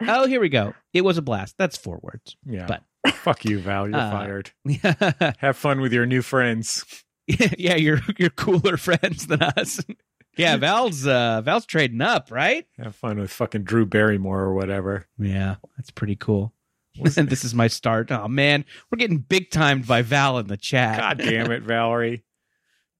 Speaker 3: Oh, here we go. It was a blast. That's four words.
Speaker 2: Yeah,
Speaker 3: But-
Speaker 2: fuck you, Val. You're
Speaker 3: Uh,
Speaker 2: fired.
Speaker 3: yeah,
Speaker 2: Have fun with your new friends.
Speaker 3: you're you're cooler friends than us. yeah, Val's uh, Val's trading up, right?
Speaker 2: Have fun with fucking Drew Barrymore or whatever.
Speaker 3: Yeah, that's pretty cool. And this is my start. Oh man, we're getting big timed by Val in the chat.
Speaker 2: God damn it, Valerie.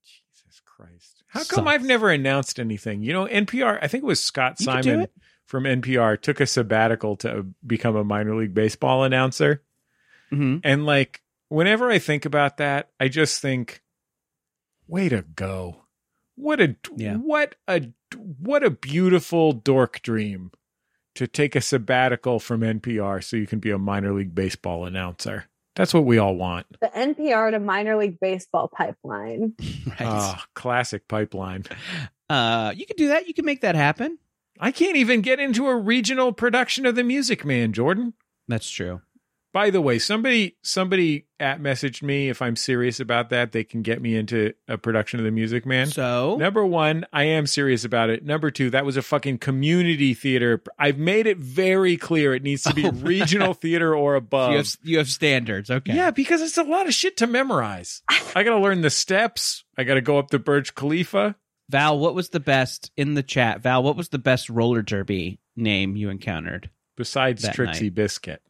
Speaker 2: Jesus Christ. How come
Speaker 3: Sucks.
Speaker 2: I've never announced anything? You know, NPR, I think it was Scott
Speaker 3: You can do
Speaker 2: Simon
Speaker 3: it.
Speaker 2: from NPR took a sabbatical to become a minor league baseball announcer.
Speaker 3: Mhm.
Speaker 2: And like, whenever I think about that, I just think, way to go. What a,
Speaker 3: Yeah.
Speaker 2: what a, what a beautiful dork dream to take a sabbatical from NPR so you can be a minor league baseball announcer. That's what we all want.
Speaker 4: The NPR to minor league baseball pipeline.
Speaker 3: Right.
Speaker 2: Ah, classic pipeline.
Speaker 3: uh, you can do that. You can make that happen.
Speaker 2: I can't even get into a regional production of The Music Man, Jordan.
Speaker 3: That's true.
Speaker 2: By the way, somebody somebody at messaged me if I'm serious about that, they can get me into a production of The Music Man.
Speaker 3: so
Speaker 2: Number one, I am serious about it. Number two, that was a fucking community theater. I've made it very clear it needs to be
Speaker 3: Oh.
Speaker 2: regional theater or above.
Speaker 3: you have you have standards. Okay.
Speaker 2: Yeah, because it's a lot of shit to memorize. I got to learn the steps. I got to go up the Burj Khalifa.
Speaker 3: Val, what was the best in the chat? Val, what was the best roller derby name you encountered?
Speaker 2: Besides
Speaker 3: That
Speaker 2: Trixie Biscuit,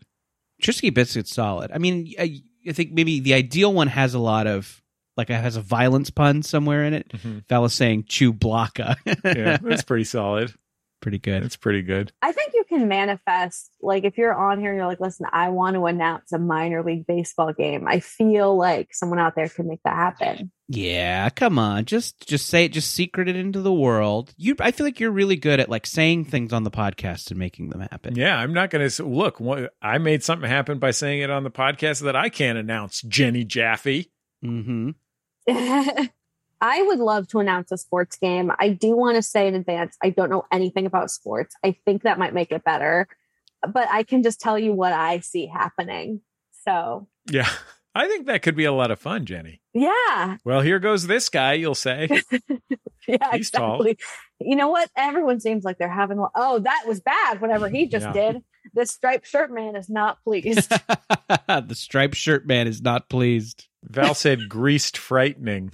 Speaker 3: Trisky Biscuit's solid. I mean, I, I think maybe the ideal one has a lot of like it has a violence pun somewhere in it. Val is saying chew blocka.
Speaker 2: yeah, that's pretty solid.
Speaker 3: Pretty good.
Speaker 2: That's pretty good.
Speaker 4: I think you can manifest, like, if you're on here and you're like, listen, I want to announce a minor league baseball game, I feel like someone out there can make that happen.
Speaker 3: Yeah, come on. Just just say it, just secret it into the world. You I feel like you're really good at like saying things on the podcast and making them happen.
Speaker 2: Yeah, I'm not going to look. What, I made something happen by saying it on the podcast that I can't announce. Jenny Jaffe.
Speaker 3: Mm-hmm.
Speaker 4: I would love to announce a sports game. I do want to say in advance, I don't know anything about sports. I think that might make it better, but I can just tell you what I see happening. So,
Speaker 2: Yeah, I think that could be a lot of fun, Jenny.
Speaker 4: yeah.
Speaker 2: Well, here goes this guy. You'll say.
Speaker 4: Yeah,
Speaker 2: He's tall.
Speaker 4: exactly. You know what? Everyone seems like they're having, oh, that was bad, whatever he just
Speaker 2: Yeah.
Speaker 4: did. This striped shirt man is not pleased.
Speaker 3: the striped shirt man is not pleased.
Speaker 2: Val said greased frightening.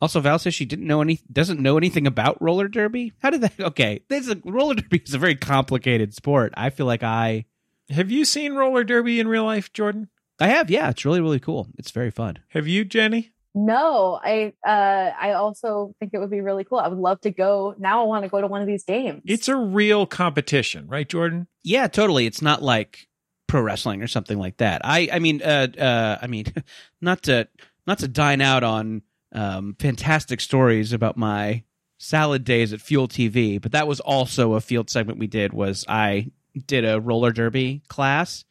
Speaker 3: Also, Val says she didn't know any, doesn't know anything about roller derby. How did that? Okay, this is, roller derby is a very complicated sport. I feel like I,
Speaker 2: Have you seen roller derby in real life, Jordan?
Speaker 3: I have. Yeah, it's really really cool. It's very fun.
Speaker 2: Have you, Jenny?
Speaker 4: No, I uh I also think it would be really cool. I would love to go. Now I want to go to one of these games.
Speaker 2: It's a real competition, right, Jordan?
Speaker 3: Yeah, totally. It's not like pro wrestling or something like that. I, I mean, uh, uh, I mean, not to not to dine out on um, fantastic stories about my salad days at Fuel TV, but that was also a field segment we did. Was I did a roller derby class,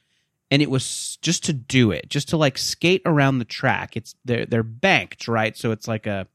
Speaker 3: and it was just to do it, just to like skate around the track. It's they're they're banked, right? So it's like a,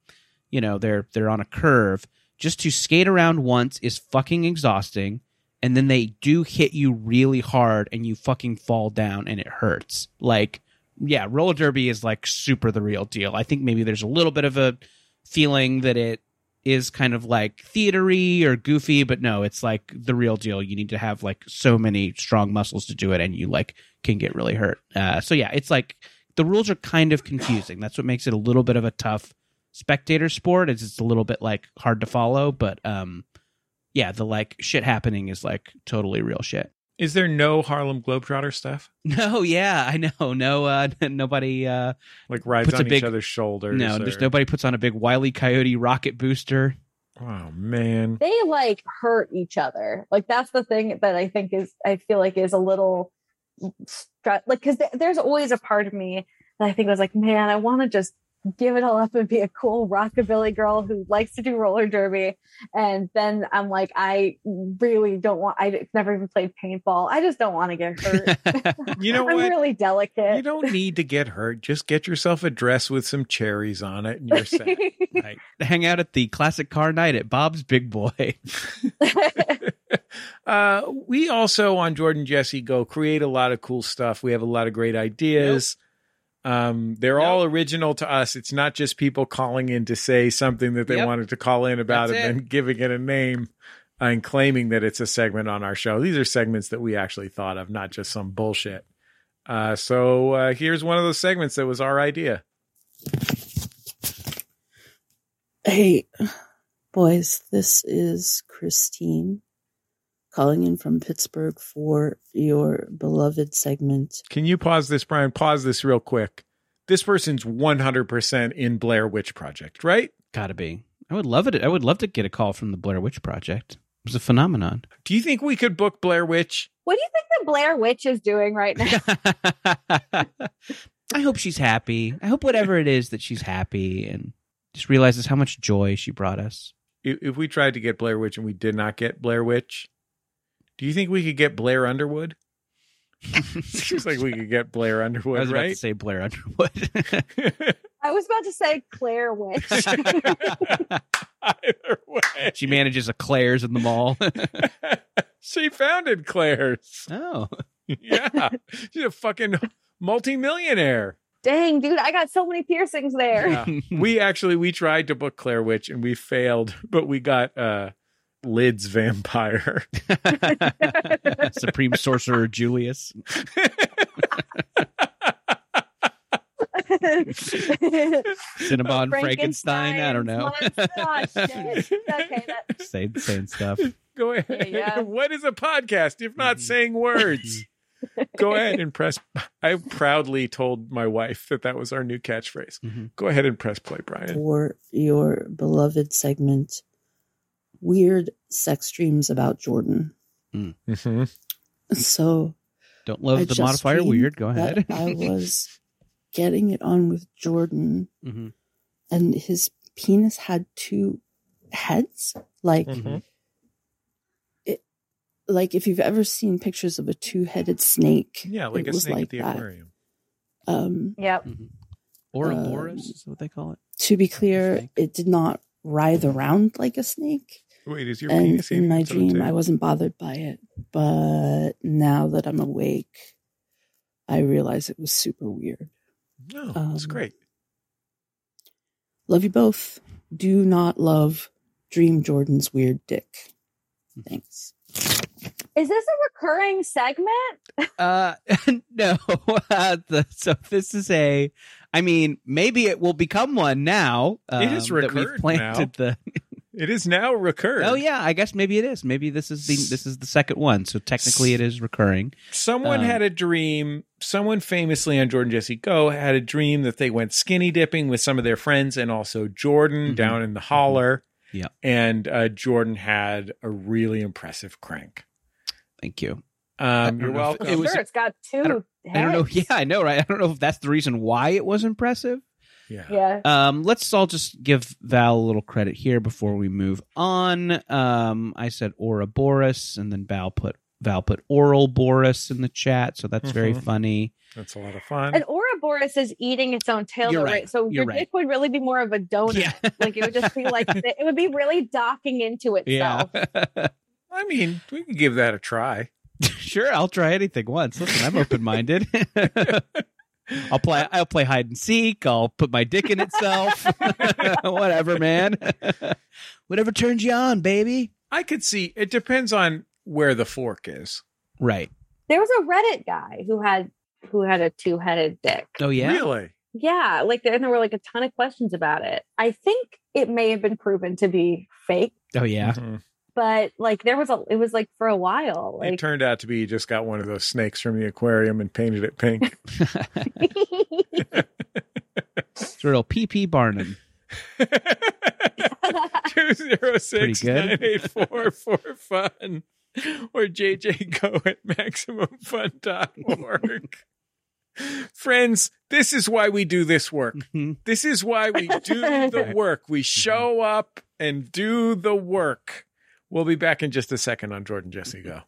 Speaker 3: you know, they're they're on a curve. Just to skate around once is fucking exhausting and then they do hit you really hard and you fucking fall down and it hurts. Like, yeah, roller derby is like super the real deal. I think maybe there's a little bit of a feeling that it is kind of like theatery or goofy, but no, it's like the real deal. You need to have like so many strong muscles to do it and you like can get really hurt. Uh, so yeah, it's like the rules are kind of confusing. That's what makes it a little bit of a tough spectator sport is it's a little bit like hard to follow, but um yeah, the like shit happening is like totally real shit.
Speaker 2: Is there no Harlem Globetrotter stuff?
Speaker 3: No, Oh, yeah, I know. No, uh, nobody. Uh,
Speaker 2: Like rides
Speaker 3: Puts a
Speaker 2: on each
Speaker 3: big-
Speaker 2: other's shoulders.
Speaker 3: no, there's
Speaker 2: or-
Speaker 3: nobody puts on a big Wiley Coyote rocket booster.
Speaker 2: Oh man.
Speaker 4: they like hurt each other. Like that's the thing that I think is I feel like is a little stre- like because there's always a part of me that I think was like, man, I want to just give it all up and be a cool rockabilly girl who likes to do roller derby. And then I'm like, I really don't want, I never even played paintball. I just don't want to get hurt.
Speaker 2: You know
Speaker 4: I'm
Speaker 2: what?
Speaker 4: really delicate.
Speaker 2: you don't need to get hurt. Just get yourself a dress with some cherries on it and you're set.
Speaker 3: Right. Hang out at the classic car night at Bob's Big Boy.
Speaker 2: uh, we also on Jordan Jesse Go create a lot of cool stuff. We have a lot of great ideas. Um, they're all original to us. It's not just people calling in to say something that they
Speaker 3: Yep.
Speaker 2: wanted to call in about
Speaker 3: That's
Speaker 2: and then giving it a name and claiming that it's a segment on our show. These are segments that we actually thought of, not just some bullshit. Uh, so uh, here's one of those segments that was our idea.
Speaker 6: Hey, boys, this is Christine calling in from Pittsburgh for your beloved segment.
Speaker 2: Can you pause this, Brian? Pause this real quick. This person's 100% in Blair Witch Project, right?
Speaker 3: Gotta be. I would love it. I would love to get a call from the Blair Witch Project. It was a phenomenon.
Speaker 2: Do you think we could book Blair Witch?
Speaker 4: what do you think the Blair Witch is doing right now?
Speaker 3: I hope she's happy. I hope whatever it is that she's happy and just realizes how much joy she brought us.
Speaker 2: I- If we tried to get Blair Witch and we did not get Blair Witch, do you think we could get Blair Underwood? Seems like we could get Blair
Speaker 3: I
Speaker 2: Underwood,
Speaker 3: was about to
Speaker 2: right?
Speaker 3: say Blair Underwood.
Speaker 4: I was about to say Claire Witch.
Speaker 2: Either way.
Speaker 3: she manages a Claire's in the mall.
Speaker 2: she founded Claire's.
Speaker 3: oh,
Speaker 2: Yeah. She's a fucking multimillionaire.
Speaker 4: Dang, dude, I got so many piercings there.
Speaker 2: Yeah. we actually we tried to book Claire Witch and we failed, but we got uh Lids Vampire.
Speaker 3: Supreme Sorcerer Julius. Cinnabon
Speaker 4: Oh,
Speaker 3: Frankenstein. I don't know.
Speaker 4: Monster. Shit. okay, that,
Speaker 3: Same, same stuff.
Speaker 2: Go ahead.
Speaker 4: Yeah, yeah.
Speaker 2: What is a podcast if not
Speaker 3: Mhm.
Speaker 2: saying words? Go ahead and press. I proudly told my wife that that was our new catchphrase.
Speaker 3: Mhm.
Speaker 2: Go ahead and press play, Brian.
Speaker 6: For your beloved segment, Weird Sex Dreams About Jordan.
Speaker 3: Mm-hmm.
Speaker 2: Mm-hmm. Mm.
Speaker 6: So,
Speaker 3: Don't love
Speaker 6: I
Speaker 3: the
Speaker 6: just
Speaker 3: modifier
Speaker 6: dreamed
Speaker 3: weird. Go
Speaker 6: that
Speaker 3: ahead.
Speaker 6: I was mm-hmm, getting it on with Jordan,
Speaker 3: Mhm.
Speaker 6: and his penis had two heads. Like,
Speaker 3: Mm-hmm.
Speaker 2: Mhm.
Speaker 6: like if you've ever seen pictures of a two-headed snake,
Speaker 2: Yeah, like
Speaker 6: it
Speaker 2: a
Speaker 6: was
Speaker 2: snake
Speaker 6: like
Speaker 2: at the
Speaker 6: that.
Speaker 2: aquarium.
Speaker 6: Um,
Speaker 4: yep.
Speaker 3: Mhm. Ouroboros is what they call it.
Speaker 6: to be
Speaker 3: A
Speaker 6: clear,
Speaker 3: snake.
Speaker 6: it did not writhe around like a snake.
Speaker 2: Wait, is your
Speaker 6: and
Speaker 2: penis
Speaker 6: in
Speaker 2: eating
Speaker 6: my
Speaker 2: its own
Speaker 6: dream, I
Speaker 2: tail?
Speaker 6: wasn't bothered by it. But now that I'm awake, I realize it was super weird.
Speaker 2: No, it's
Speaker 6: um,
Speaker 2: great.
Speaker 6: Love you both. Do not love Dream Jordan's weird dick.
Speaker 3: Mm-hmm.
Speaker 6: Thanks.
Speaker 4: Is this a recurring segment?
Speaker 3: Uh, no. Uh, the, so this is a. I mean, maybe it will become one now. Um,
Speaker 2: It is
Speaker 3: that we've
Speaker 2: recurred
Speaker 3: planted the.
Speaker 2: It is now recurred.
Speaker 3: Oh yeah, I guess maybe it is. Maybe this is the this is the second one. So technically, it is recurring.
Speaker 2: Someone
Speaker 3: Um,
Speaker 2: had a dream. Someone famously on Jordan Jesse Go had a dream that they went skinny dipping with some of their friends and also Jordan
Speaker 3: Mhm.
Speaker 2: down in the holler.
Speaker 3: Yeah.
Speaker 2: And uh, Jordan had a really impressive crank.
Speaker 3: Thank you.
Speaker 2: Um,
Speaker 3: don't
Speaker 2: you're
Speaker 3: know if-
Speaker 2: welcome.
Speaker 3: It was-
Speaker 4: sure, it's got two.
Speaker 3: don't- I don't know. Yeah,
Speaker 4: heads.
Speaker 3: I know, right? I don't know if that's the reason why it was impressive.
Speaker 2: yeah.
Speaker 4: Yeah.
Speaker 3: Um, let's all just give Val a little credit here before we move on. Um, I said Ouroboros, and then Val put Val put Oral Boris in the chat, so that's very
Speaker 2: Mhm.
Speaker 3: funny.
Speaker 2: That's a lot of fun.
Speaker 4: An Ouroboros is eating its own tail,
Speaker 3: Um, You're
Speaker 4: though,
Speaker 3: right.
Speaker 4: right. So
Speaker 3: You're
Speaker 4: your
Speaker 3: right.
Speaker 4: dick would really be more of a donut.
Speaker 3: Yeah.
Speaker 4: Like it would just be like it would be really docking into
Speaker 3: Yeah.
Speaker 4: itself.
Speaker 2: I mean, we can give that a try.
Speaker 3: sure, I'll try anything once. Listen, I'm open minded. I'll play I'll play hide and seek. I'll put my dick in itself. Whatever, man. Whatever turns you on, baby.
Speaker 2: I could see it depends on where the fork is.
Speaker 3: Right.
Speaker 4: There was a Reddit guy who had who had a two headed dick.
Speaker 3: Oh yeah.
Speaker 2: Really?
Speaker 4: Yeah, like there, and there were like a ton of questions about it. I think it may have been proven to be fake,
Speaker 3: Oh yeah.
Speaker 2: Mhm.
Speaker 4: but like there was a it was like for a while.
Speaker 2: it
Speaker 4: Like
Speaker 2: turned out to be you just got one of those snakes from the aquarium and painted it pink.
Speaker 3: It's a real PP Barnum.
Speaker 2: 206
Speaker 3: Pretty
Speaker 2: 984 for fun or jjgo at maximumfun.org. Friends, this is why we do this work.
Speaker 3: Mhm.
Speaker 2: This is why we do the work. We show up and do the work. We'll be back in just a second on Jordan Jesse Go.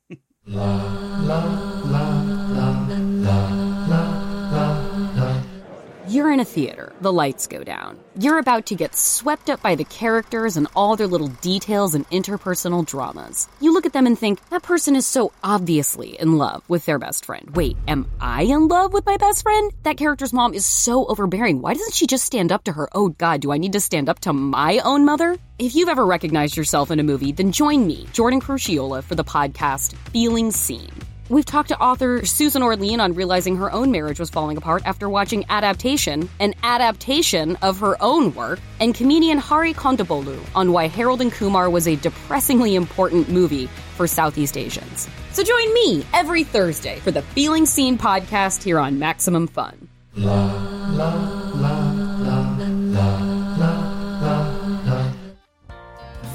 Speaker 7: You're in a theater. The lights go down. You're about to get swept up by the characters and all their little details and interpersonal dramas. You look at them and think, that person is so obviously in love with their best friend. Wait, am I in love with my best friend? That character's mom is so overbearing. Why doesn't she just stand up to her? Oh god, do I need to stand up to my own mother? If you've ever recognized yourself in a movie, then join me, Jordan Cruciola, for the podcast Feeling Seen. We've talked to author Susan Orlean on realizing her own marriage was falling apart after watching Adaptation, an adaptation of her own work, and comedian Hari Kondabolu on why Harold and Kumar was a depressingly important movie for Southeast Asians. So join me every Thursday for the Feeling Seen podcast here on Maximum Fun.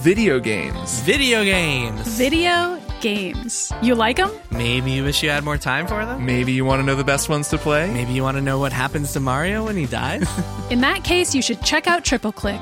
Speaker 8: Video games.
Speaker 9: Video games.
Speaker 10: Video games. You like them?
Speaker 9: Maybe you wish you had more time for them.
Speaker 8: Maybe you want to know the best ones to play?
Speaker 9: Maybe you want to know what happens to Mario when he dies.
Speaker 10: In that case, you should check out Triple Click.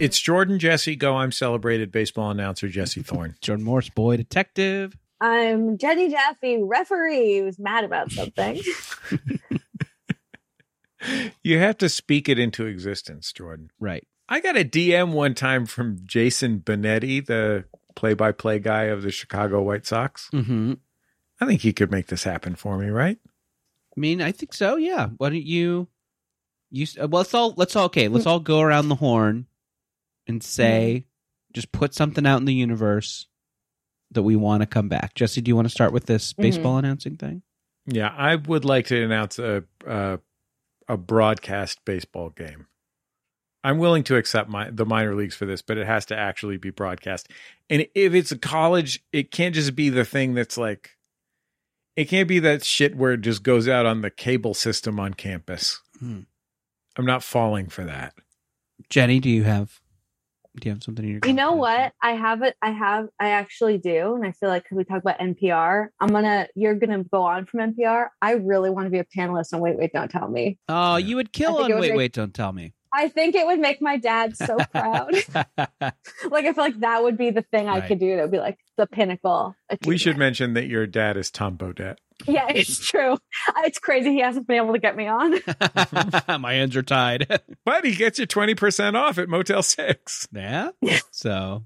Speaker 2: It's Jordan Jesse Go. I'm celebrated baseball announcer Jesse Thorne.
Speaker 3: Jordan Morse, boy detective.
Speaker 4: I'm Um, Jenny Jaffe, referee, who's mad about something.
Speaker 2: You have to speak it into existence, Jordan.
Speaker 3: Right.
Speaker 2: I got a DM one time from Jason Benetti, the play-by-play guy of the Chicago White Sox.
Speaker 3: Mm-hmm.
Speaker 2: I think he could make this happen for me, right?
Speaker 3: I mean, I think so. Yeah. Why don't you? You s- uh, well, let's all let's all okay. Let's all go around the horn and say, just put something out in the universe that we want to come back. Jesse, do you want to start with this baseball announcing thing?
Speaker 2: Yeah, I would like to announce a a, a broadcast baseball game. I'm willing to accept my the minor leagues for this, but it has to actually be broadcast. And if it's a college, it can't just be the thing that's like it can't be that shit where it just goes out on the cable system on campus.
Speaker 3: Hmm.
Speaker 2: I'm not falling for that.
Speaker 3: Jenny, do you have do you have something in your?
Speaker 4: You know
Speaker 3: confidence?
Speaker 4: what? I have it. I have. I actually do, and I feel like 'cause we talk about NPR, I'm gonna. You're gonna go on from NPR. I really want to be a panelist on Wait, Wait, Don't Tell Me.
Speaker 3: Oh, you would
Speaker 4: I
Speaker 3: kill
Speaker 4: think
Speaker 3: on.
Speaker 4: it
Speaker 3: Wait,
Speaker 4: was like-
Speaker 3: wait, don't tell me.
Speaker 4: I think it would make my dad so proud. like I feel like that would be the thing I
Speaker 3: Right.
Speaker 4: could do. That would be like the pinnacle.
Speaker 2: We should
Speaker 4: achievement.
Speaker 2: mention that your dad is Tom Bodette.
Speaker 4: Yeah, it's true. It's crazy he hasn't been able to get me on.
Speaker 3: My hands are tied.
Speaker 2: But he gets you 20% off at Motel 6.
Speaker 3: yeah. So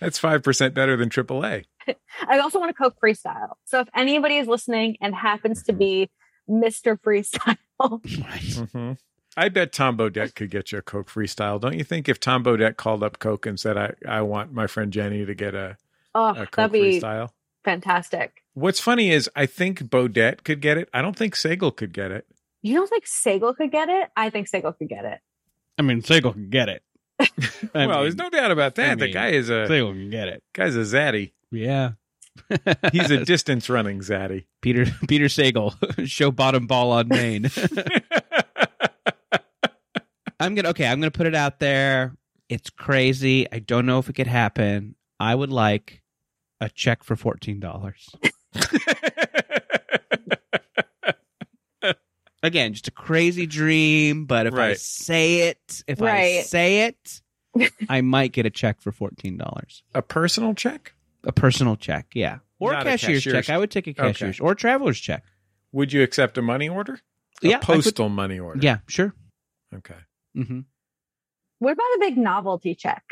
Speaker 2: That's 5% better than AAA.
Speaker 4: I also want to cook freestyle. So if anybody is listening and happens to be Mr. Freestyle, oh,
Speaker 3: right.
Speaker 2: hmm I bet Tom Bodette could get you a Coke freestyle, don't you think? If Tom Bodette called up Coke and said, "I, I want my friend Jenny to get a,
Speaker 4: oh,
Speaker 2: a Coke
Speaker 4: that'd be
Speaker 2: freestyle,"
Speaker 4: fantastic.
Speaker 2: what's funny is I think Bodette could get it. I don't think Sagal could get it.
Speaker 4: You don't think Sagal could get it? I think Sagal could get it.
Speaker 3: I mean, Segal can get it. I
Speaker 2: well,
Speaker 3: mean,
Speaker 2: there's no doubt about that.
Speaker 3: I
Speaker 2: the
Speaker 3: mean,
Speaker 2: guy is a
Speaker 3: Segal can get it.
Speaker 2: guy's a zaddy.
Speaker 3: Yeah.
Speaker 2: He's a distance running zaddy.
Speaker 3: Peter Peter Sagal show bottom ball on Maine. I'm gonna okay. I'm gonna put it out there. It's crazy. I don't know if it could happen. I would like a check for fourteen dollars. Again, just a crazy dream. But if I
Speaker 2: Right.
Speaker 3: say it, if I
Speaker 4: Right.
Speaker 3: say it, I might get a check for fourteen dollars.
Speaker 2: a personal check?
Speaker 3: A personal check, yeah, or
Speaker 2: Not
Speaker 3: a
Speaker 2: a
Speaker 3: cashier's,
Speaker 2: cashier's-
Speaker 3: check. I would take a
Speaker 2: Okay.
Speaker 3: cashier's or a traveler's check.
Speaker 2: Would you accept a money order? A
Speaker 3: yeah, I could-
Speaker 2: postal money order.
Speaker 3: yeah, sure.
Speaker 2: Okay.
Speaker 3: hmm
Speaker 4: What about a big novelty check?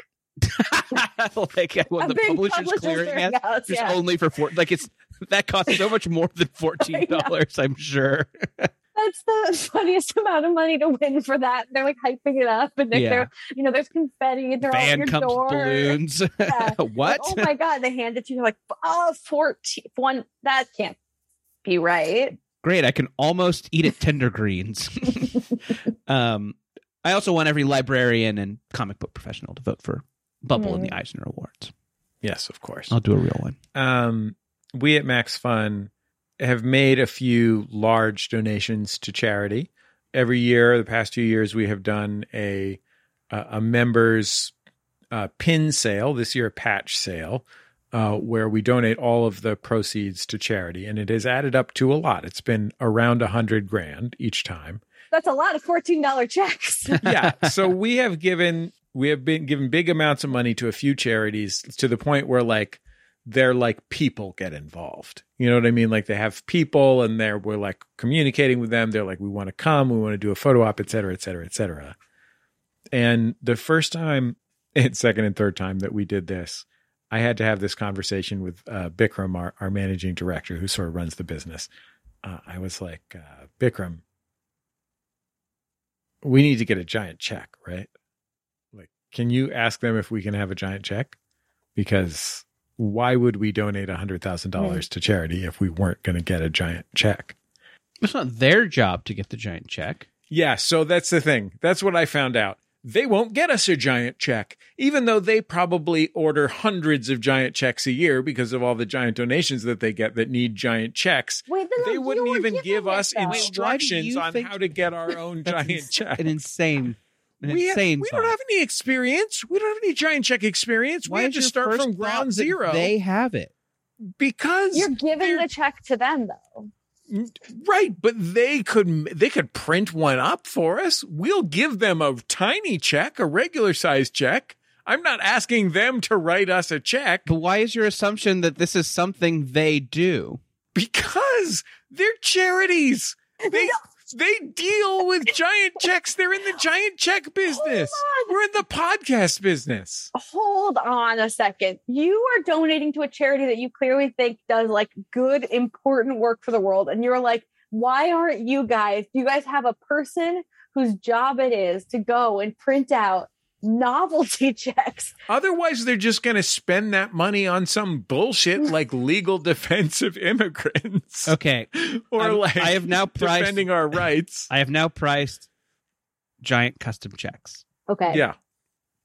Speaker 3: like I want
Speaker 4: a
Speaker 3: the
Speaker 4: big
Speaker 3: publishers,
Speaker 4: publisher's
Speaker 3: clearinghouse.
Speaker 4: clearinghouse,
Speaker 3: Just
Speaker 4: yeah.
Speaker 3: only for four. Like it's that costs so much more than fourteen dollars. I'm sure.
Speaker 4: That's the funniest amount of money to win for that. They're like hyping it up, and they're,
Speaker 3: Yeah.
Speaker 4: they're- you know, there's confetti, and they're all on
Speaker 3: Van
Speaker 4: your
Speaker 3: comes
Speaker 4: door.
Speaker 3: balloons.
Speaker 4: Yeah.
Speaker 3: what?
Speaker 4: Like, oh my god! They hand it to you like, oh, 14. One that can't be right.
Speaker 3: Great. I can almost eat it tender greens. um, I also want every librarian and comic book professional to vote for Bubble
Speaker 2: Mm.
Speaker 3: in the Eisner Awards.
Speaker 2: Yes, of course.
Speaker 3: I'll do a real one.
Speaker 2: um, we at Max Fun have made a few large donations to charity. Every year, the past two years, we have done a a, a members uh, pin sale. This year, a patch sale, uh, where we donate all of the proceeds to charity, and it has added up to a lot. It's been around a hundred grand each time
Speaker 4: That's a lot of fourteen dollar checks.
Speaker 2: yeah. So we have given we have been given big amounts of money to a few charities to the point where like they're like people get involved. You know what I mean? Like they have people and they're we're like communicating with them. They're like, we want to come, we want to do a photo op, et cetera, et cetera, et cetera. And the first time and second and third time that we did this, I had to have this conversation with uh, Bikram, our, our managing director, who sort of runs the business. Uh, I was like, uh, Bikram, we need to get a giant check, right? Like, can you ask them if we can have a giant check? Because why would we donate $100,000 to charity if we weren't going to get a giant check?
Speaker 3: It's not their job to get the giant check.
Speaker 2: Yeah, so that's the thing. That's what I found out. They won't get us a giant check, even though they probably order hundreds of giant checks a year because of all the giant donations that they get that need giant checks.
Speaker 4: Wait, but
Speaker 2: They
Speaker 4: you
Speaker 2: wouldn't
Speaker 4: were
Speaker 2: even
Speaker 4: giving
Speaker 2: give
Speaker 4: it,
Speaker 2: us
Speaker 4: though.
Speaker 2: instructions on
Speaker 3: think-
Speaker 2: how to get our own
Speaker 3: That's
Speaker 2: giant
Speaker 3: ins-
Speaker 2: check.
Speaker 3: An insane, an
Speaker 2: we,
Speaker 3: insane.
Speaker 2: we don't
Speaker 3: thought.
Speaker 2: have any experience. We don't have any giant check experience.
Speaker 3: Why
Speaker 2: we have
Speaker 3: is
Speaker 2: to
Speaker 3: your
Speaker 2: start
Speaker 3: first
Speaker 2: from
Speaker 3: thought
Speaker 2: ground
Speaker 3: that
Speaker 2: zero.
Speaker 3: They have it.
Speaker 2: because
Speaker 4: You're giving
Speaker 2: they're-
Speaker 4: the check to them though.
Speaker 2: right, but they could they could print one up for us. We'll give them a tiny check, a regular size check. I'm not asking them to write us a check
Speaker 3: But why is your assumption that this is something they do?
Speaker 2: because they're charities. They they deal with giant checks. They're in the giant check business.
Speaker 4: Hold on.
Speaker 2: We're in the podcast business.
Speaker 4: Hold on a second. You are donating to a charity that you clearly think does like good, important work for the world, and you're like, why aren't you guys? You guys have a person whose job it is to go and print out novelty checks.
Speaker 2: Otherwise, they're just going to spend that money on some bullshit like legal defense of immigrants
Speaker 3: Okay,
Speaker 2: or
Speaker 3: I'm-
Speaker 2: like
Speaker 3: Uh, I have now priced-
Speaker 2: defending our rights.
Speaker 3: I have now priced giant custom checks.
Speaker 4: Okay.
Speaker 2: yeah,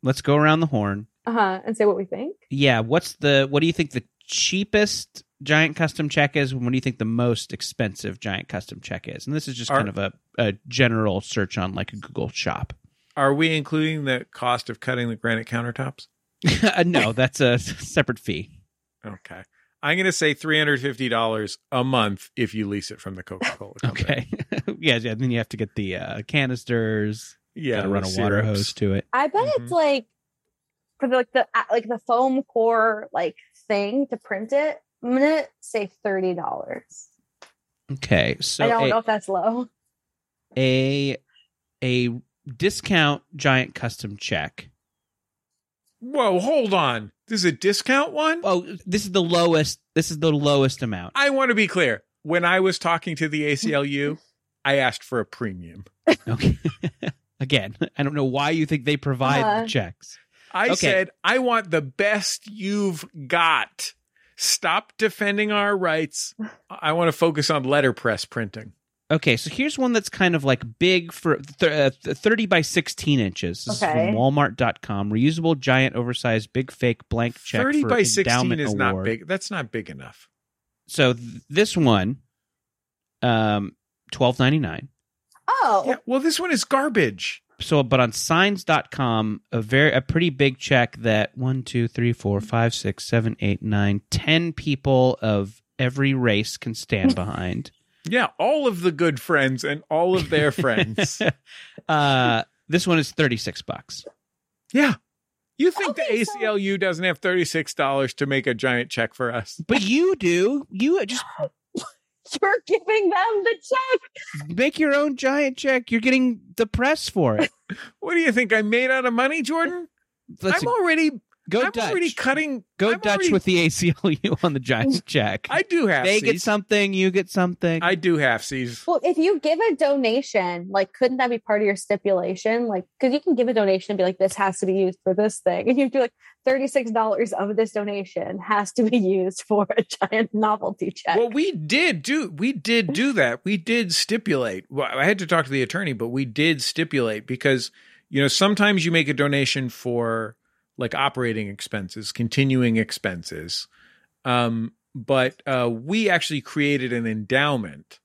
Speaker 3: Let's go around the horn.
Speaker 4: Uh huh. And say what we think.
Speaker 3: Yeah, what's the what do you think the cheapest giant custom check is, and what do you think the most expensive giant custom check is? And this is just
Speaker 2: Are-
Speaker 3: kind of a, a general search on like a Google shop.
Speaker 2: are we including the cost of cutting the granite countertops?
Speaker 3: Uh, no, that's a separate fee.
Speaker 2: Okay, I'm going to say three hundred fifty dollars a month if you lease it from the Coca-Cola company.
Speaker 3: Okay. yeah, yeah, then you have to get the uh, canisters.
Speaker 2: yeah,
Speaker 3: gotta run a
Speaker 2: with
Speaker 3: water
Speaker 2: syrups.
Speaker 3: hose to it.
Speaker 4: I bet
Speaker 2: Mhm.
Speaker 4: it's like for the, like the like the foam core like thing to print it. I'm gonna say thirty dollars.
Speaker 3: Okay, so
Speaker 4: I don't
Speaker 3: a,
Speaker 4: know if that's low.
Speaker 3: a a discount giant custom check.
Speaker 2: Whoa, hold on. This is a discount one.
Speaker 3: Oh, this is the lowest. This is the lowest amount.
Speaker 2: I want to be clear. When I was talking to the ACLU, I asked for a premium.
Speaker 3: Okay. Again, I don't know why you think they provide
Speaker 4: Uh-huh.
Speaker 3: the checks.
Speaker 2: I
Speaker 3: Okay.
Speaker 2: said, I want the best you've got. Stop defending our rights. I want to focus on letterpress printing.
Speaker 3: Okay, so here's one that's kind of like big for th- uh, 30 by 16 inches. This
Speaker 4: Okay.
Speaker 3: is from Walmart.com. Reusable, giant, oversized, big fake blank check.
Speaker 2: 30
Speaker 3: for
Speaker 2: by 16
Speaker 3: endowment
Speaker 2: is not
Speaker 3: award.
Speaker 2: big. That's not big enough.
Speaker 3: So th- this one, um, twelve ninety nine.
Speaker 4: Oh,
Speaker 2: Yeah, well, this one is garbage.
Speaker 3: So, but on signs.com, a very a pretty big check that one, two, three, four, five, six, seven, eight, nine, ten people of every race can stand behind.
Speaker 2: Yeah, all of the good friends and all of their friends.
Speaker 3: uh, this one is thirty six bucks.
Speaker 2: Yeah. You think the
Speaker 4: Okay, so-
Speaker 2: ACLU doesn't have $36 to make a giant check for us?
Speaker 3: But you do. You just
Speaker 4: you're giving them the check.
Speaker 3: make your own giant check. You're getting the press for it.
Speaker 2: What do you think? I made out of money, Jordan?
Speaker 3: Let's
Speaker 2: I'm already
Speaker 3: Go
Speaker 2: I'm
Speaker 3: Dutch.
Speaker 2: already cutting.
Speaker 3: Go
Speaker 2: I'm
Speaker 3: Dutch
Speaker 2: already-
Speaker 3: with the ACLU on the Giants check.
Speaker 2: I do have.
Speaker 3: they get something, you get something.
Speaker 2: I do have seas.
Speaker 4: Well, if you give a donation, like, couldn't that be part of your stipulation? Like, because you can give a donation and be like, this has to be used for this thing. And you do like $36 of this donation has to be used for a giant novelty check.
Speaker 2: Well, we did do we did do that. We did stipulate. Well, I had to talk to the attorney, but we did stipulate because you know sometimes you make a donation for like operating expenses, continuing expenses, um, but uh, we actually created an endowment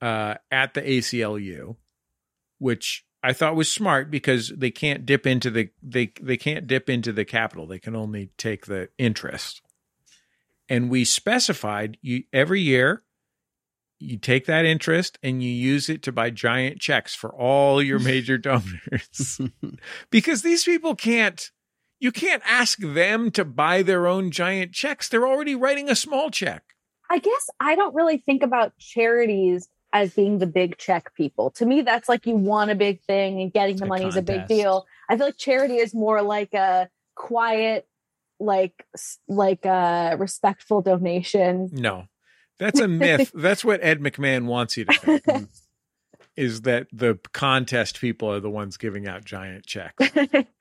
Speaker 2: uh, at the ACLU, which I thought was smart because they can't dip into the they they can't dip into the capital. They can only take the interest and we specified you every year you take that interest and you use it to buy giant checks for all your major donors because these people can't you can't ask them to buy their own giant checks they're already writing a small check
Speaker 4: I guess I don't really think about charities as being the big check people. To me, that's like you want a big thing and getting the
Speaker 3: A
Speaker 4: money is a big
Speaker 3: contest.
Speaker 4: deal. I feel like charity is more like a quiet, like s- like a respectful donation.
Speaker 2: no that's a myth that's what ed mcmahon wants you to think is that the contest people are the ones giving out giant checks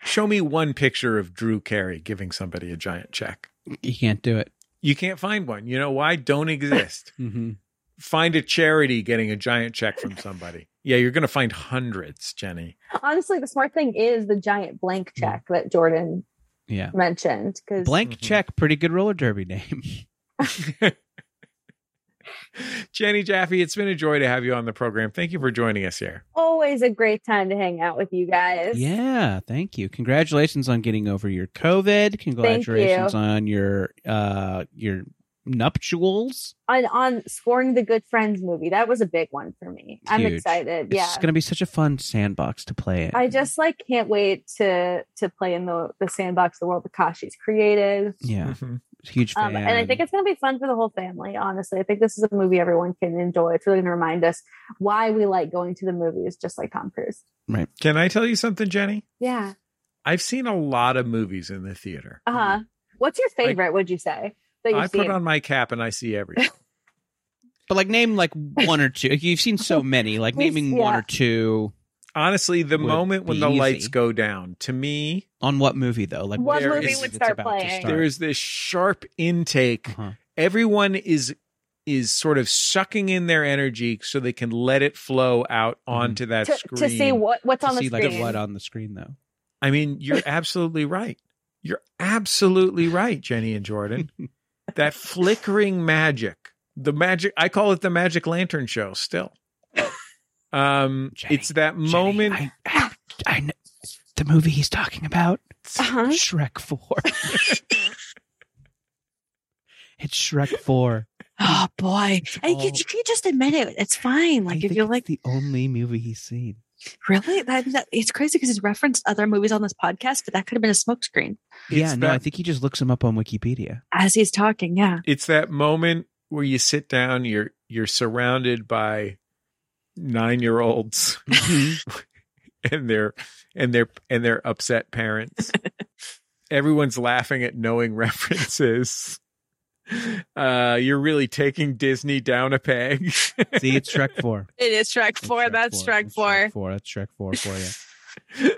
Speaker 2: show me one picture of drew carey giving somebody a giant check
Speaker 3: you can't do it.
Speaker 2: you can't find one. You know why? Don't exist.
Speaker 3: Mm-hmm.
Speaker 2: find a charity getting a giant check from somebody. Yeah, you're going to find hundreds, Jenny.
Speaker 4: Honestly, the smart thing is the giant blank check that Jordan
Speaker 3: Yeah.
Speaker 4: mentioned. Because
Speaker 3: Hmm. Blank
Speaker 2: Mhm.
Speaker 3: check, pretty good roller derby name.
Speaker 2: Jenny Jaffe, it's been a joy to have you on the program. Thank you for joining us here.
Speaker 4: always a great time to hang out with you guys.
Speaker 3: Yeah, thank you. Congratulations on getting over your COVID. Congratulations on your uh your nuptials.
Speaker 4: On on scoring the Good Friends movie, that was a big one for me. I'm
Speaker 3: Huge.
Speaker 4: excited.
Speaker 3: It's
Speaker 4: yeah.
Speaker 3: just gonna be such a fun sandbox to play in.
Speaker 4: I just like can't wait to to play in the the sandbox, the world that Kashi's created.
Speaker 3: yeah,
Speaker 2: Mhm.
Speaker 3: huge fan.
Speaker 4: Um, and I think it's going to be fun for the whole family. Honestly, I think this is a movie everyone can enjoy. It's really going to remind us why we like going to the movies, just like Tom Cruise.
Speaker 2: Can I tell you something, Jenny?
Speaker 4: Yeah.
Speaker 2: I've seen a lot of movies in the theater.
Speaker 4: Uh
Speaker 3: Mm-hmm.
Speaker 4: huh. What's your favorite? would you say that
Speaker 2: I
Speaker 4: you've
Speaker 2: put
Speaker 4: seen?
Speaker 2: on my cap and I see everything.
Speaker 3: but like name like one or two. You've seen so many. Like
Speaker 4: We've-
Speaker 3: naming one
Speaker 4: yeah.
Speaker 3: or two
Speaker 2: Honestly, the
Speaker 3: Would
Speaker 2: moment when
Speaker 3: be
Speaker 2: the
Speaker 3: easy.
Speaker 2: lights go down, to me,
Speaker 3: on what movie though? Like
Speaker 4: What
Speaker 3: where
Speaker 2: movie
Speaker 3: is
Speaker 4: would
Speaker 3: it
Speaker 4: start
Speaker 3: about to
Speaker 4: playing?
Speaker 3: start?
Speaker 2: there is this sharp intake
Speaker 3: Uh-huh.
Speaker 2: everyone is is sort of sucking in their energy so they can let it flow out
Speaker 3: Mm-hmm.
Speaker 2: onto that
Speaker 4: to,
Speaker 2: screen.
Speaker 4: to see what what's
Speaker 3: To
Speaker 4: on the
Speaker 3: see
Speaker 4: screen.
Speaker 3: like what uh, on the screen though.
Speaker 2: I mean, you're absolutely right. You're absolutely right, Jenny and Jordan. that flickering magic, the magic I call it the magic lantern show still. Um
Speaker 3: Jenny,
Speaker 2: it's that moment
Speaker 3: Jenny, I, I, I, kn- the movie he's talking about.
Speaker 4: Uh-huh.
Speaker 3: Shrek 4. it's Shrek 4.
Speaker 1: Oh boy! And you, can-
Speaker 3: all-
Speaker 1: you can just admit it. It's fine.
Speaker 3: I
Speaker 1: Like if
Speaker 3: think
Speaker 1: you're
Speaker 3: it's
Speaker 1: like,
Speaker 3: the only movie he's seen.
Speaker 1: really, that, that- it's crazy because he's referenced other movies on this podcast, but that could have been a smokescreen
Speaker 3: yeah, no,
Speaker 2: that-
Speaker 3: I think he just looks him up on Wikipedia.
Speaker 1: as he's talking. Yeah,
Speaker 2: it's that moment where you sit down, you're you're surrounded by nine year olds and their and their and their upset parents. Everyone's laughing at knowing references. Uh, you're really taking Disney down a peg.
Speaker 3: See, it's Shrek 4.
Speaker 1: it is Shrek
Speaker 3: It's
Speaker 1: Four. That's Shrek
Speaker 3: It's
Speaker 1: Four.
Speaker 3: That's Shrek 4 for you.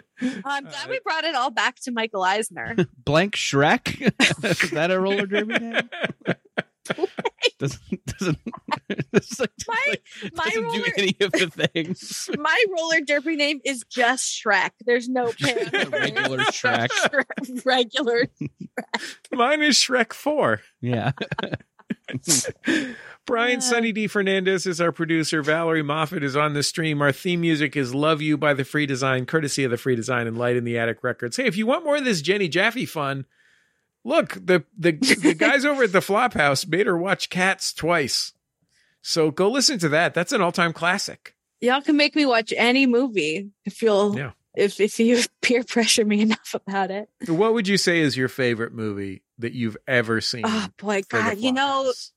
Speaker 1: I'm glad we brought it all back to Michael Eisner.
Speaker 3: Blank Shrek? is that a roller derby name? Doesn't doesn't, it's like-
Speaker 1: My-
Speaker 3: like,
Speaker 1: my
Speaker 3: doesn't do
Speaker 1: roller-
Speaker 3: any of the things.
Speaker 1: My roller derby name is just Shrek. There's no
Speaker 3: Just regular Shrek.
Speaker 1: Shrek. Regular.
Speaker 2: Mine is Shrek Four.
Speaker 3: Yeah.
Speaker 2: Brian Sunny D. Fernandez is our producer. Valerie Moffat is on the stream. Our theme music is Love You by The Free Design, courtesy of The Free Design and Light in the Attic Records. Hey, if you want more of this Jenny Jaffe fun, look, the, the, the guys over at the Flophouse made her watch Cats twice. So go listen to that. That's an all time classic.
Speaker 1: Y'all can make me watch any movie if you'll
Speaker 2: Yeah.
Speaker 1: if if you peer pressure me enough about it.
Speaker 2: What would you say is your favorite movie that you've ever seen?
Speaker 1: Oh boy,
Speaker 2: for The
Speaker 1: God! You know,
Speaker 2: Flophouse?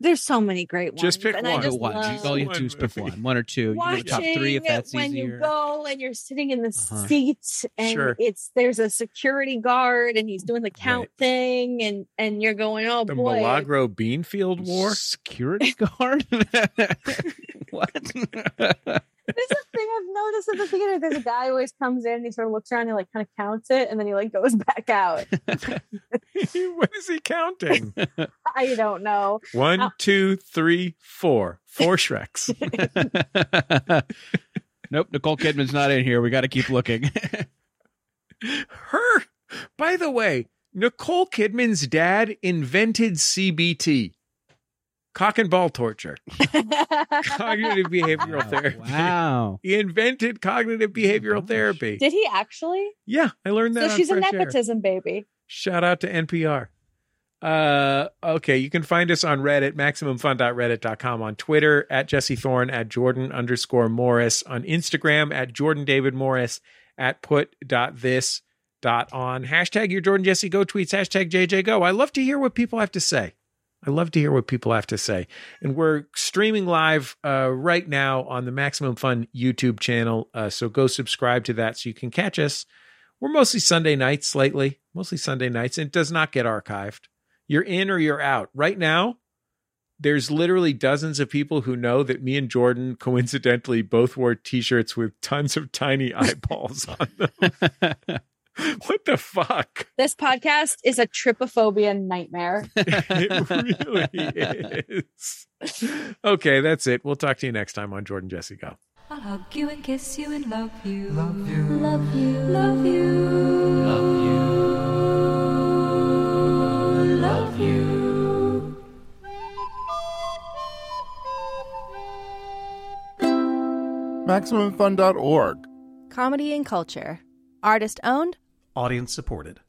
Speaker 4: There's so many great ones.
Speaker 2: Just pick
Speaker 4: and
Speaker 2: one.
Speaker 4: I just
Speaker 2: Pick one.
Speaker 4: love
Speaker 2: Just
Speaker 3: All you have
Speaker 2: One
Speaker 3: to do is pick
Speaker 2: movie.
Speaker 3: one, one or two. You can
Speaker 4: watching
Speaker 3: go top three if that's
Speaker 4: it when
Speaker 3: easier.
Speaker 4: you go and you're sitting in the
Speaker 3: Uh-huh.
Speaker 4: seats and
Speaker 2: Sure.
Speaker 4: it's there's a security guard and he's doing the count thing and and you're going, oh
Speaker 2: The
Speaker 4: boy,
Speaker 2: Milagro Beanfield War.
Speaker 3: Security guard? what?
Speaker 4: There's a thing I've noticed at the theater. There's a guy who always comes in and he sort of looks around and like kind of counts it and then he like goes back out.
Speaker 2: what is he counting?
Speaker 4: I don't know.
Speaker 2: One, two, three, four. Four Shreks.
Speaker 3: nope, Nicole Kidman's not in here. We got to keep looking.
Speaker 2: Her, by the way, Nicole Kidman's dad invented CBT, cock and ball torture, cognitive
Speaker 3: Oh,
Speaker 2: behavioral therapy.
Speaker 3: wow.
Speaker 2: He invented cognitive behavioral therapy.
Speaker 4: Did he actually?
Speaker 2: yeah, I learned that.
Speaker 4: So
Speaker 2: on
Speaker 4: she's a
Speaker 2: Fresh Air.
Speaker 4: nepotism baby.
Speaker 2: Shout out to NPR. Uh, okay, you can find us on Reddit, maximumfun.reddit.com, on Twitter at Jesse Thorne, at Jordan underscore Morris, on Instagram at Jordan David Morris, at put.this dot on hashtag your Jordan Jesse Go tweets, hashtag JJ Go. I love to hear what people have to say. I love to hear what people have to say. And we're streaming live uh, right now on the Maximum Fun YouTube channel. Uh, so go subscribe to that so you can catch us we're mostly Sunday nights lately, mostly Sunday nights, and it does not get archived. You're in or you're out. Right now, there's literally dozens of people who know that me and Jordan coincidentally both wore t shirts with tons of tiny eyeballs on them. what the fuck?
Speaker 4: This podcast is a tripophobia nightmare.
Speaker 2: It really is. Okay, that's it. We'll talk to you next time on Jordan Jesse Go.
Speaker 1: I'll hug you and kiss you and love you. Love you. Love you. Love you. Love you. Love you.
Speaker 11: MaximumFun.org.
Speaker 12: Comedy and culture. Artist owned.
Speaker 7: Audience supported.